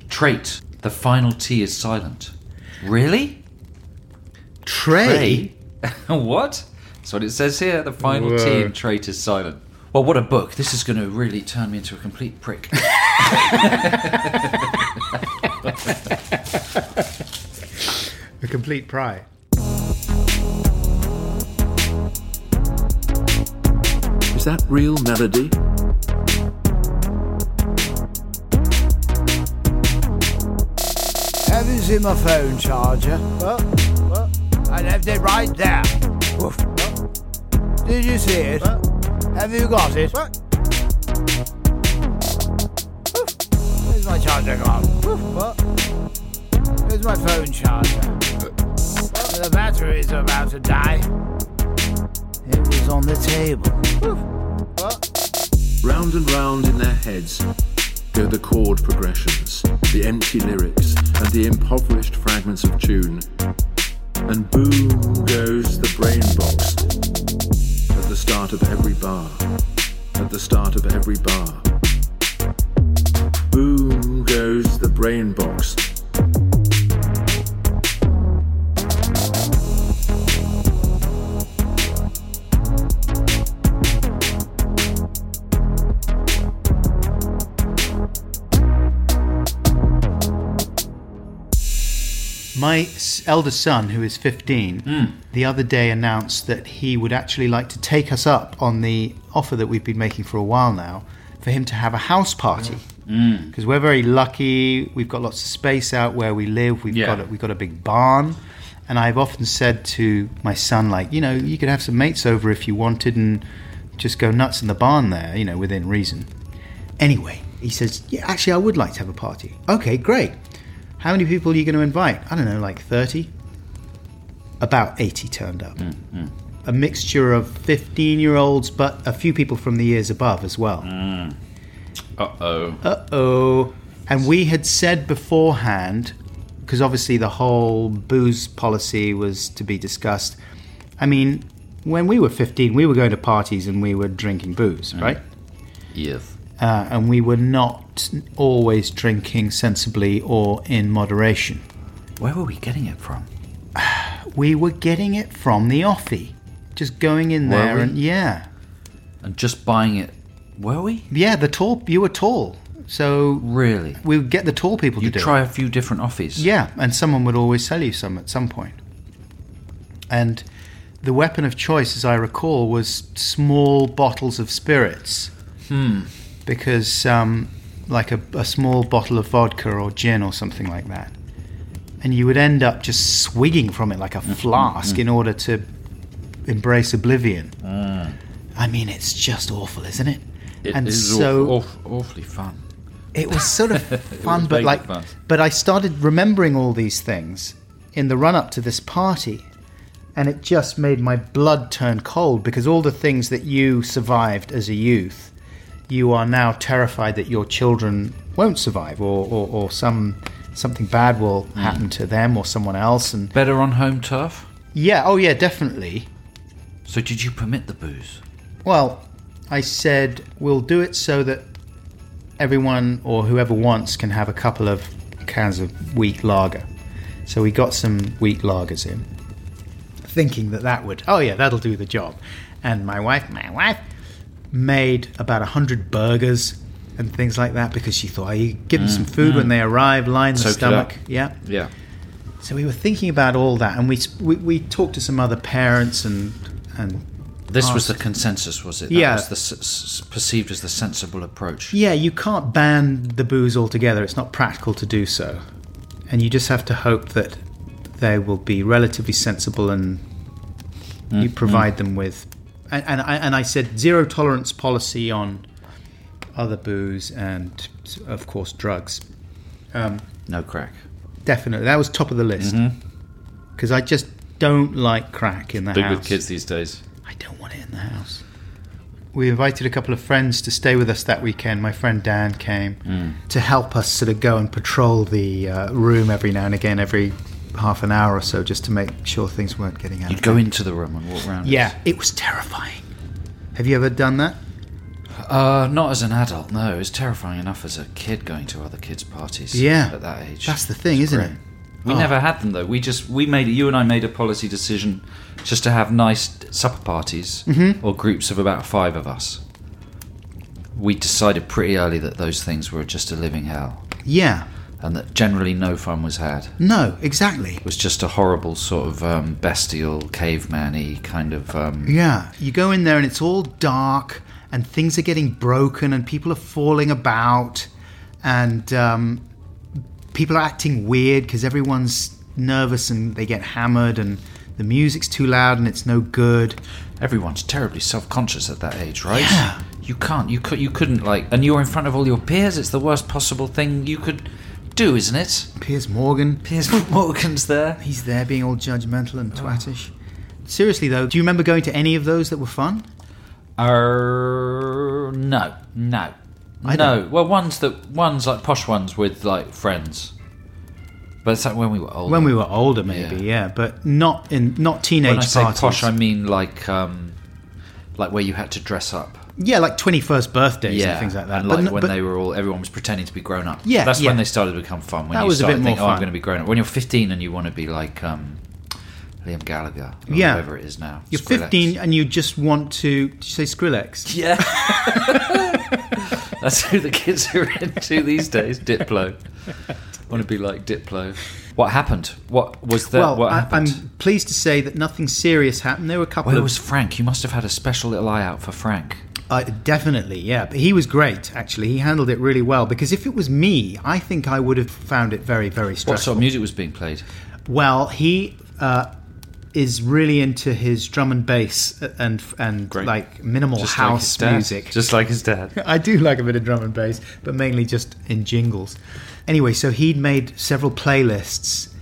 S4: Trait. The final T is silent. Really?
S1: Tray.
S4: what? That's what it says here. The final T
S1: Whoa.
S4: in trait is silent. Well, what a book. This is going to really turn me into a complete prick.
S1: A complete pry.
S17: Is that real melody?
S11: Have you seen my phone charger? What? What? I left it right there. Woof. Did you see it? Have you got it? What? Where's my charger gone? Woof. What? Where's my phone charger? The battery's about to die. It was on the table. Woof. What?
S17: Round and round in their heads go the chord progressions, the empty lyrics, and the impoverished fragments of tune. And boom goes the brain box at the start of every bar, at the start of every bar. Boom goes the brain box.
S1: My s- eldest son, who is 15, the other day announced that he would actually like to take us up on the offer that we've been making for a while now for him to have a house party. Because we're very lucky, we've got lots of space out where we live, we've,
S4: Yeah.
S1: got, a, we've got a big barn. And I've often said to my son, like, you know, you could have some mates over if you wanted and just go nuts in the barn there, you know, within reason. Anyway, he says, yeah, actually, I would like to have a party. Okay, great. How many people are you going to invite? I don't know, like 30? About 80 turned up. A mixture of 15 year olds, but a few people from the years above as well.
S4: Uh oh.
S1: Uh oh. And we had said beforehand, because obviously the whole booze policy was to be discussed. I mean, when we were 15, we were going to parties and we were drinking booze, right?
S4: Yes.
S1: Uh, and we were not always drinking sensibly or in moderation.
S4: Where were we getting it from?
S1: We were getting it from the offie, just going in
S4: Were
S1: there
S4: we?
S1: and yeah,
S4: And just buying it. Were we?
S1: yeah. The tall, you were tall, so
S4: Really?
S1: we would get the tall people
S4: You
S1: to do
S4: try
S1: it.
S4: a few different offies.
S1: Yeah, and someone would always sell you some at some point. And the weapon of choice, as I recall, was small bottles of spirits.
S4: Hmm.
S1: because um, like a, a small bottle of vodka or gin or something like that and you would end up just swigging from it like a flask in order to embrace oblivion. I mean, it's just awful, isn't it?
S4: It
S1: and
S4: is
S1: so
S4: awf- awf- awfully fun.
S1: it was sort of
S4: It
S1: fun,
S4: was
S1: but
S4: vaguely
S1: like,
S4: fun.
S1: but I started remembering all these things in the run up to this party, and it just made my blood turn cold because all the things that you survived as a youth, you are now terrified that your children won't survive, or or, or some something bad will
S4: Mm.
S1: happen to them or someone else, and
S4: better on home turf.
S1: Yeah. Oh, yeah. Definitely.
S4: So did you permit the booze?
S1: Well, I said we'll do it so that everyone or whoever wants can have a couple of cans of wheat lager. So we got some wheat lagers in, thinking that that would, oh yeah, that'll do the job. And my wife, my wife, made about a hundred burgers and things like that because she thought, oh, you give them
S4: Mm,
S1: some food when
S4: mm.
S1: they arrive, line the
S4: Soak it up.
S1: stomach. Yeah.
S4: Yeah.
S1: So we were thinking about all that, and we s- we, we talked to some other parents and and
S4: This was the
S1: asked-
S4: consensus, was it? That
S1: Oh, Yeah.
S4: Was the s- s- perceived as the sensible approach.
S1: Yeah, you can't ban the booze altogether. It's not practical to do so. And you just have to hope that they will be relatively sensible and you
S4: Mm-hmm.
S18: Mm,
S1: provide them with. And, and, I, and I said zero tolerance policy on other booze and, of course, drugs. Um,
S4: no crack.
S1: Definitely. That was top of the list. Because I just don't like crack in the
S4: Mm-hmm. Big
S1: house.
S4: with kids these days.
S1: in the house. We invited a couple of friends to stay with us that weekend. My friend Dan came
S4: Mm.
S1: to help us sort of go and patrol the uh, room every now and again, every half an hour or so, just to make sure things weren't getting out.
S4: You'd go into the room and walk around.
S1: Yeah, it was terrifying. Have you ever done that?
S4: Uh, not as an adult, no. It was terrifying enough as a kid going to other kids' parties.
S1: Yeah.
S4: At that age.
S1: That's the thing, isn't it?
S4: We
S1: Oh.
S4: never had them though. We just we made you and I made a policy decision just to have nice supper parties
S1: Mhm.
S4: or groups of about five of us. We decided pretty early that those things were just a living hell,
S1: Yeah.
S4: and that generally no fun was had.
S6: Mm.
S1: No, exactly. It
S4: was just a horrible sort of um, bestial, caveman-y kind of. Um,
S1: Yeah. You go in there and it's all dark and things are getting broken and people are falling about and um, people are acting weird because everyone's nervous and they get hammered and the music's too loud and it's no good.
S4: Everyone's terribly self-conscious at that age, right? Yeah. You can't. You could. You couldn't like. And you're in front of all your peers. It's the worst possible thing you could do, isn't it?
S1: Piers Morgan.
S4: Piers Morgan's there.
S1: He's there being all judgmental and
S4: Oh.
S1: twattish. Seriously though, do you remember going to any of those that were fun?
S4: Uh, no, no,
S1: I
S4: no. Well, ones that ones like posh ones with like friends, but it's like when we were older.
S1: When we were older, maybe, yeah, but not in not teenage
S4: when I say
S1: parties.
S4: posh, I mean like um, like where you had to dress up.
S1: yeah, like twenty-first birthdays
S4: yeah,
S1: and things like that.
S4: And
S1: But
S4: like
S1: n-
S4: when
S1: but-
S4: they were all, everyone was pretending to be grown up.
S1: Yeah,
S4: that's when
S1: yeah.
S4: they started to become fun. When
S1: That
S4: you
S1: was a
S4: started
S1: bit more
S4: thinking, oh, I'm
S1: fun.
S4: going to be grown up. When you're 15 and you want to be like um, Liam Gallagher, or
S1: Yeah.
S4: whoever it is now.
S1: You're
S4: Skrillex.
S1: 15 and you just want to. Did you say Skrillex?
S4: Yeah. That's who the kids are into these days. Diplo. Want to be like Diplo. What happened? What was that?
S1: well,
S4: what
S1: I,
S4: happened?
S1: I'm pleased to say that nothing serious happened. There were a couple
S4: Where
S1: of.
S4: was Frank? You must have had a special little eye out for Frank.
S1: Uh, definitely, yeah. But he was great, actually. He handled it really well because if it was me, I think I would have found it very, very stressful.
S4: What sort of music was being played?
S1: Well, he uh, is really into his drum and bass uh, and and like minimal
S4: Just like his
S1: house
S4: dad.
S1: music,
S4: Just like his dad.
S1: I do like a bit of drum and bass, but mainly just in jingles. Anyway, so he'd made several playlists,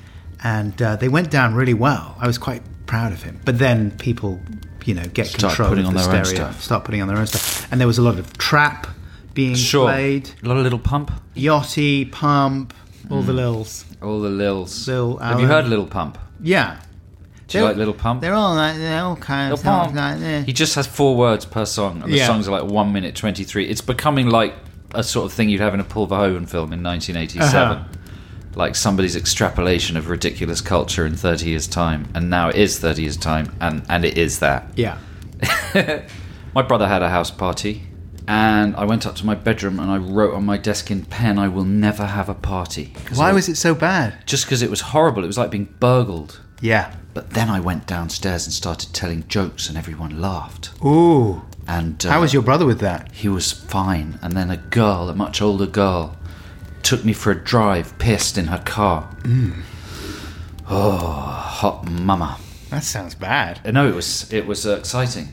S1: and uh, they went down really well. I was quite proud of him. But then people, you know, get
S4: Start
S1: control
S4: putting
S1: of
S4: on
S1: the
S4: their own
S1: stereo,
S4: stuff.
S1: start putting on their own stuff, and there was a lot of trap being
S4: Sure.
S1: played,
S4: a lot of little pump,
S1: yachty pump, all the
S4: Mm.
S1: lils.
S4: All the Lils.
S1: Lil
S4: have you
S1: Allen.
S4: heard Little Pump?
S1: Yeah,
S4: Do you
S1: They're-
S4: like Little Pump?
S1: They're all like they're all kind of
S4: Little Pump.
S1: songs like this.
S4: He just has four words per song, and the
S1: Yeah.
S4: songs are like one minute twenty three. It's becoming like a sort of thing you'd have in a Paul Verhoeven film in nineteen eighty seven,
S1: Uh-huh.
S4: like somebody's extrapolation of ridiculous culture in thirty years time, and now it is thirty years time, and and it is that.
S1: Yeah.
S4: My brother had a house party, and I went up to my bedroom and I wrote on my desk in pen, "I will never have a party." 'Cause
S1: Why
S4: I-
S1: was it so bad?
S4: just because it was horrible. It was like being burgled.
S1: Yeah.
S4: But then I went downstairs and started telling jokes, and everyone laughed.
S1: Ooh.
S4: And uh,
S1: How was your brother with that?
S4: He was fine. And then a girl, a much older girl, took me for a drive, pissed in her car.
S1: Mm.
S4: Oh, hot mama.
S1: That sounds bad.
S4: No, it was it was uh, exciting.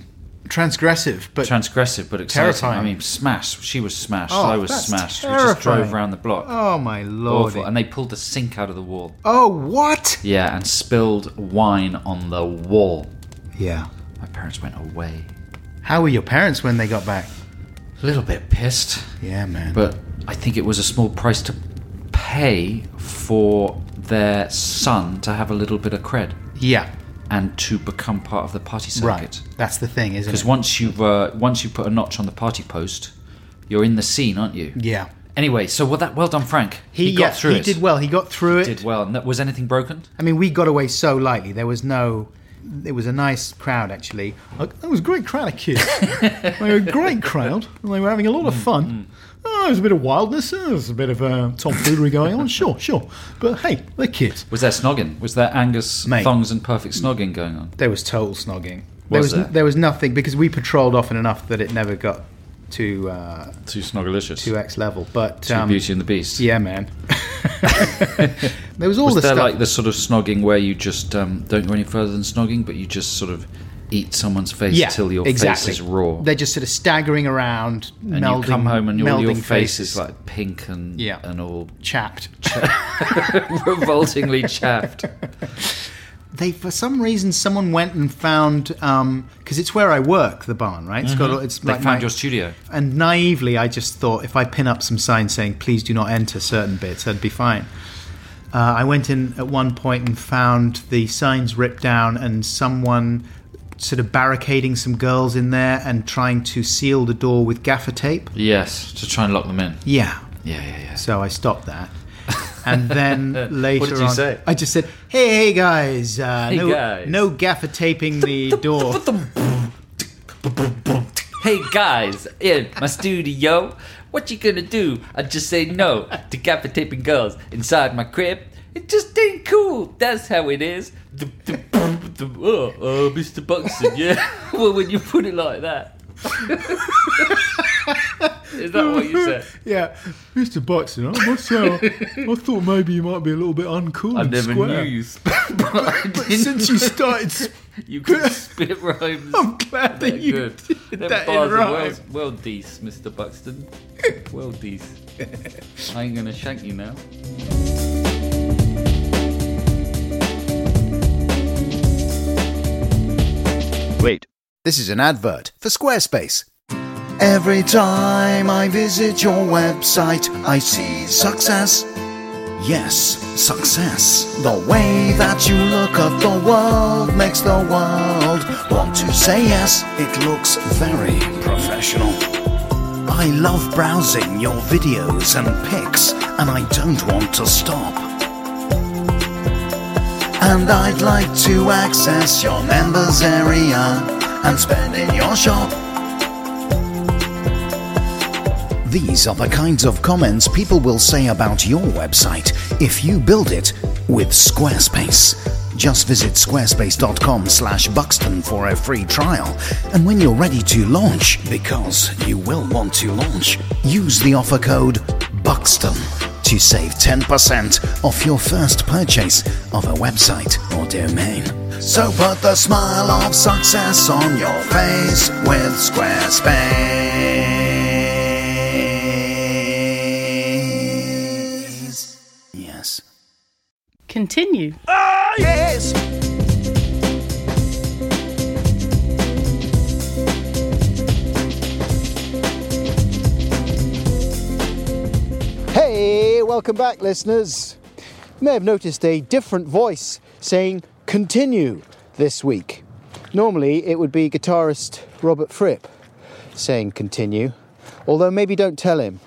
S1: Transgressive, but
S4: transgressive, but exciting.
S1: Terrifying.
S4: I mean, smash. She was smashed.
S1: Oh,
S4: I was
S1: that's
S4: smashed. We just
S1: terrifying.
S4: drove around the block.
S1: Oh, my lordy.
S4: And they pulled the sink out of the wall.
S1: Oh, what?
S4: Yeah, and spilled wine on the wall.
S1: Yeah.
S4: My parents went away.
S1: How were your parents when they got back?
S4: A little bit pissed.
S1: Yeah, man.
S4: But I think it was a small price to pay for their son to have a little bit of cred.
S1: Yeah.
S4: And to become part of the party
S1: Right.
S4: circuit.
S1: That's the thing, isn't
S4: Because
S1: it?
S4: once you've uh, once you put a notch on the party post, you're in the scene, aren't you?
S1: Yeah.
S4: Anyway, so well, that well done, Frank. He, got
S1: yeah,
S4: through
S1: he
S4: it.
S1: did well. He got through it.
S4: Did well. And that, was anything broken?
S1: I mean, we got away so lightly. There was no. It was a nice crowd, actually. Like, That was a great crowd of kids. they were a great crowd, and they were having a lot
S4: Mm,
S1: of fun. Oh, there was a bit of wildness. Oh, there was a bit of uh, tomfoolery going on. Sure, sure. But hey, they're kids.
S4: Was there snogging? Was there Angus
S1: Mate.
S4: thongs and perfect snogging going on?
S1: There was total snogging. there
S4: Was
S1: was
S4: there?
S1: there was nothing because we patrolled often enough that it never got to uh,
S4: Too snoggalicious.
S1: to X level. But um,
S4: Too Beauty and the Beast.
S1: Yeah, man. there was all
S4: was
S1: the
S4: there
S1: stuff.
S4: like the sort of snogging where you just um, don't go any further than snogging, but you just sort of eat someone's face
S1: Yeah,
S4: till your
S1: exactly.
S4: face is raw,
S1: They're just sort of staggering around,
S4: and
S1: melding,
S4: you come home and all your
S1: melding
S4: face
S1: faces.
S4: is like pink and
S1: Yeah.
S4: and all
S1: chapped,
S4: revoltingly chapped.
S1: They, for some reason, someone went and found because it's where I work, the barn, right? It's
S4: Mhm.
S1: got it's
S4: they
S1: like
S4: found
S1: my-
S4: your studio.
S1: And naively, I just thought if I pin up some signs saying "Please do not enter certain bits," that'd be fine. Uh, I went in at one point and found the signs ripped down and someone sort of barricading some girls in there and trying to seal the door with gaffer tape.
S4: Yes, to try and lock them in.
S1: Yeah.
S4: Yeah, yeah, yeah.
S1: So I stopped that. And then later
S4: What did you
S1: on,
S4: say?
S1: I just said, "Hey, hey guys, uh,
S4: Hey,
S1: no,
S4: guys."
S1: no gaffer taping the door."
S4: Hey guys, in my studio, what you gonna do? I just say no to gaffer taping girls inside my crib. It just ain't cool. That's how it is. The- the- the- oh, uh, Mr. Buxton, yeah. well, when you put it like that, is that what you said?
S1: Yeah, Mr. Buxton, I must say, I, I thought maybe you might be a little bit uncool.
S4: I
S1: and
S4: never
S1: square.
S4: knew you. Sp- but I
S1: But
S4: didn't.
S1: since you started, sp-
S4: you could spit rhymes.
S1: I'm glad that
S4: They're
S1: you
S4: good.
S1: did
S4: Them
S1: that in
S4: bars are
S1: rhyme.
S4: well, well dece, Mr. Buxton. Well dece. I ain't gonna shank you now.
S6: Wait.
S9: This is an advert for Squarespace. Every time I visit your website, I see success. Yes, success. The way that you look at the world makes the world want to say yes. It looks very professional. I love browsing your videos and pics, and I don't want to stop. And I'd like to access your members area and spend in your shop. These are the kinds of comments people will say about your website if you build it with Squarespace. Just visit squarespace.com slash buxton for a free trial. And when you're ready to launch, because you will want to launch, use the offer code BUXTON to save 10% off your first purchase of a website or domain. So put the smile of success on your face with Squarespace. Yes.
S18: Continue.
S9: yes!
S6: Hey, welcome back, listeners. You may have noticed a different voice saying continue this week. Normally, it would be guitarist Robert Fripp saying continue, although maybe don't tell him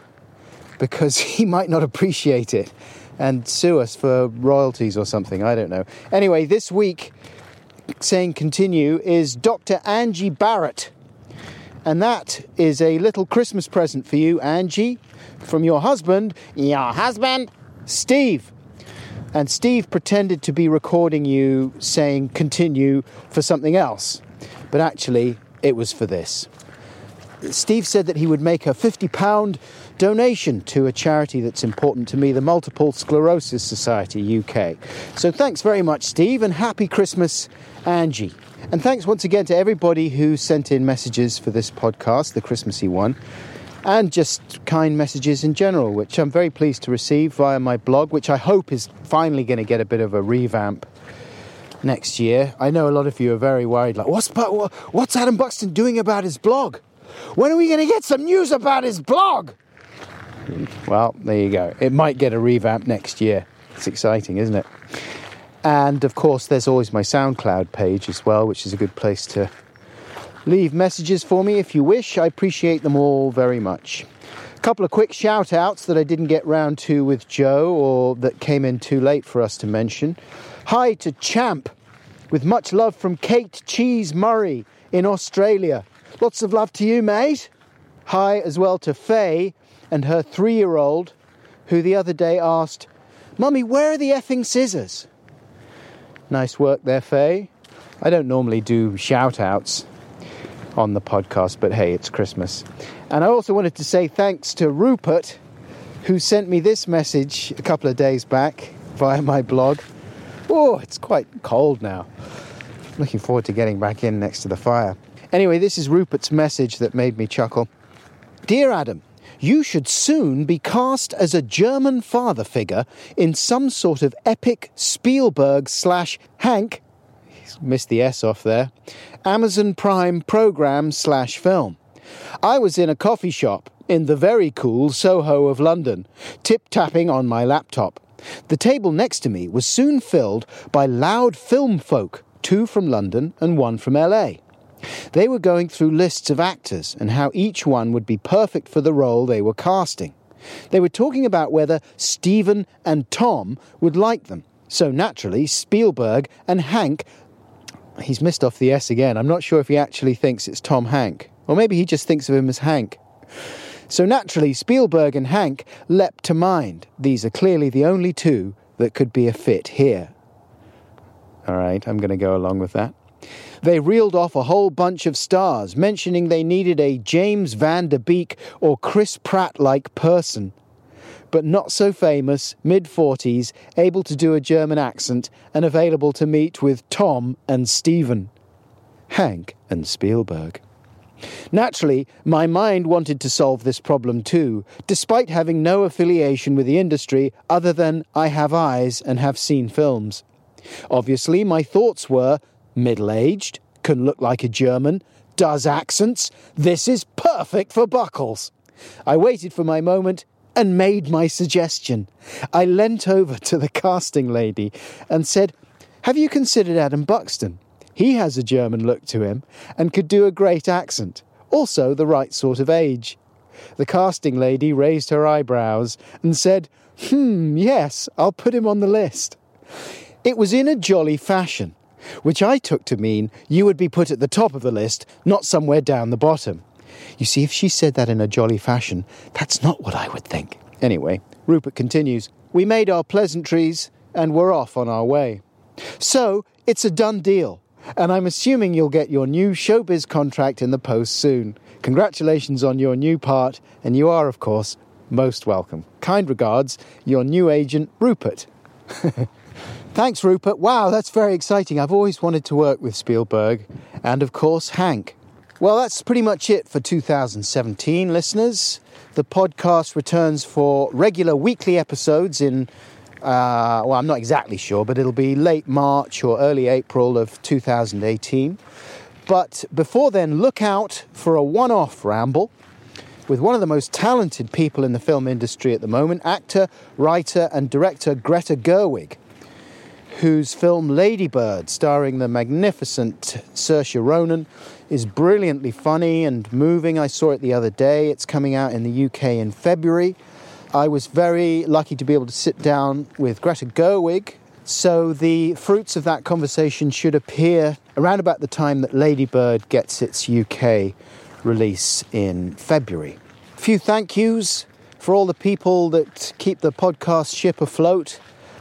S6: because he might not appreciate it and sue us for royalties or something. I don't know. Anyway, this week, saying continue is Dr. Angie Barrett. And that is a little Christmas present for you, Angie, from your husband, your husband, Steve. And Steve pretended to be recording you saying continue for something else, but actually it was for this. Steve said that he would make a £50 donation to a charity that's important to me, the Multiple Sclerosis Society UK. So thanks very much, Steve, and happy Christmas, Angie. And thanks once again to everybody who sent in messages for this podcast, the Christmassy one, and just kind messages in general, which I'm very pleased to receive via my blog, which I hope is finally going to get a bit of a revamp next year. I know a lot of you are very worried, like, what's, Bu- wha- what's Adam Buxton doing about his blog? When are we going to get some news about his blog? Well, there you go. It might get a revamp next year. It's exciting, isn't it? And of course, there's always my SoundCloud page as well, which is a good place to leave messages for me if you wish. I appreciate them all very much. A couple of quick shout outs that I didn't get round to with Joe or that came in too late for us to mention. Hi to Champ, with much love from Kate Cheese Murray in Australia. Lots of love to you, mate. Hi as well to Faye and her three year old, who the other day asked, Mummy, where are the effing scissors? Nice work there, Faye. I don't normally do shout outs on the podcast, but hey, it's Christmas. And I also wanted to say thanks to Rupert, who sent me this message a couple of days back via my blog. Oh, it's quite cold now. Looking forward to getting back in next to the fire. Anyway, this is Rupert's message that made me chuckle. Dear Adam, you should soon be cast as a German father figure in some sort of epic Spielberg slash Hank, he's missed the S off there, Amazon Prime program slash film. I was in a coffee shop in the very cool Soho of London, tip tapping on my laptop. The table next to me was soon filled by loud film folk, two from London and one from LA. They were going through lists of actors and how each one would be perfect for the role they were casting. They were talking about whether Stephen and Tom would like them. So naturally, Spielberg and Hank. He's missed off the S again. I'm not sure if he actually thinks it's Tom Hank. Or maybe he just thinks of him as Hank. So naturally, Spielberg and Hank leapt to mind. These are clearly the only two that could be a fit here. All right, I'm going to go along with that. They reeled off a whole bunch of stars, mentioning they needed a James Van Der Beek or Chris Pratt like person. But not so famous, mid 40s, able to do a German accent, and available to meet with Tom and Stephen. Hank and Spielberg. Naturally, my mind wanted to solve this problem too, despite having no affiliation with the industry other than I have eyes and have seen films. Obviously, my thoughts were middle aged, can look like a German, does accents, this is perfect for Buckles. I waited for my moment and made my suggestion. I leant over to the casting lady and said, Have you considered Adam Buxton? He has a German look to him and could do a great accent, also the right sort of age. The casting lady raised her eyebrows and said, Hmm, yes, I'll put him on the list. It was in a jolly fashion, which I took to mean you would be put at the top of the list, not somewhere down the bottom. You see, if she said that in a jolly fashion, that's not what I would think. Anyway, Rupert continues We made our pleasantries and were off on our way. So, it's a done deal, and I'm assuming you'll get your new showbiz contract in the post soon. Congratulations on your new part, and you are, of course, most welcome. Kind regards, your new agent, Rupert. Thanks, Rupert. Wow, that's very exciting. I've always wanted to work with Spielberg and, of course, Hank. Well, that's pretty much it for 2017, listeners. The podcast returns for regular weekly episodes in, uh, well, I'm not exactly sure, but it'll be late March or early April of 2018. But before then, look out for a one off ramble with one of the most talented people in the film industry at the moment actor, writer, and director Greta Gerwig whose film Ladybird, starring the magnificent Saoirse Ronan, is brilliantly funny and moving. I saw it the other day. It's coming out in the UK in February. I was very lucky to be able to sit down with Greta Gerwig. So the fruits of that conversation should appear around about the time that Ladybird gets its UK release in February. A few thank yous for all the people that keep the podcast ship afloat.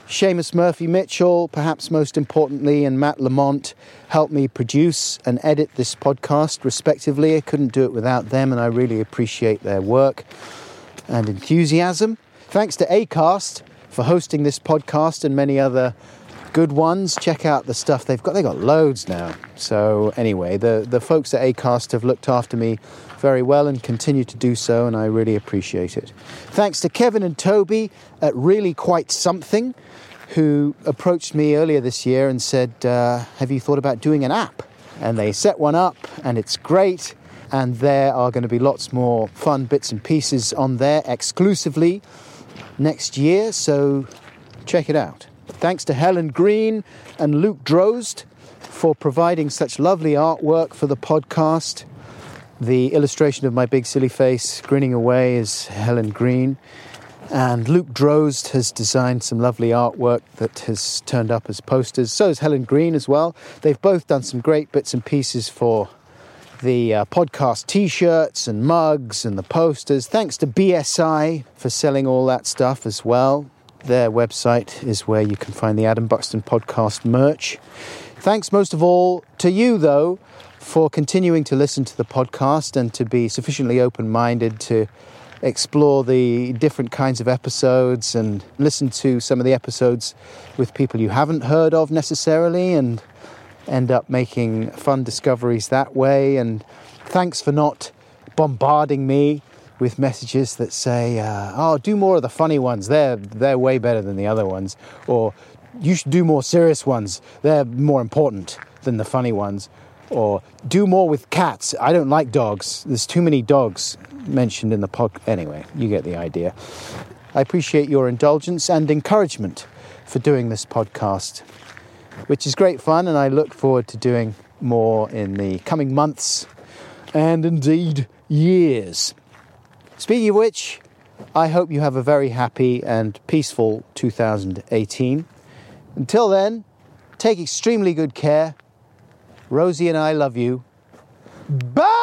S6: Seamus Murphy Mitchell, perhaps most importantly, and Matt Lamont helped me produce and edit this podcast, respectively. I couldn't do it without them, and I really appreciate their work. and enthusiasm. Thanks to ACAST for hosting this podcast and many other good ones. Check out the stuff they've got. They've got loads now. So, anyway, the, the folks at ACAST have looked after me very well and continue to do so, and I really appreciate it. Thanks to Kevin and Toby at Really Quite Something, who approached me earlier this year and said, uh, Have you thought about doing an app? And they set one up, and it's great. And there are going to be lots more fun bits and pieces on there exclusively next year, so check it out. Thanks to Helen Green and Luke Drozd for providing such lovely artwork for the podcast. The illustration of my big silly face grinning away is Helen Green. And Luke Drozd has designed some lovely artwork that has turned up as posters. So has Helen Green as well. They've both done some great bits and pieces for the uh, podcast t shirts and mugs and the posters. Thanks to BSI for selling all that stuff as well. Their website is where you can find the Adam Buxton podcast merch. Thanks most of all to you, though, for continuing to listen to the podcast and to be sufficiently open minded to explore the different kinds of episodes and listen to some of the episodes with people you haven't heard of necessarily and end up making fun discoveries that way. And thanks for not bombarding me with messages that say, uh, "Oh, do more of the funny ones. They're they're way better than the other ones," or "You should do more serious ones. They're more important than the funny ones." Or do more with cats. I don't like dogs. There's too many dogs mentioned in the pod. Anyway, you get the idea. I appreciate your indulgence and encouragement for doing this podcast which is great fun, and I look forward to doing more in the coming months and indeed years. Speaking of which, I hope you have a very happy and peaceful 2018. Until then, take extremely good care. Rosie and I love you. Bye!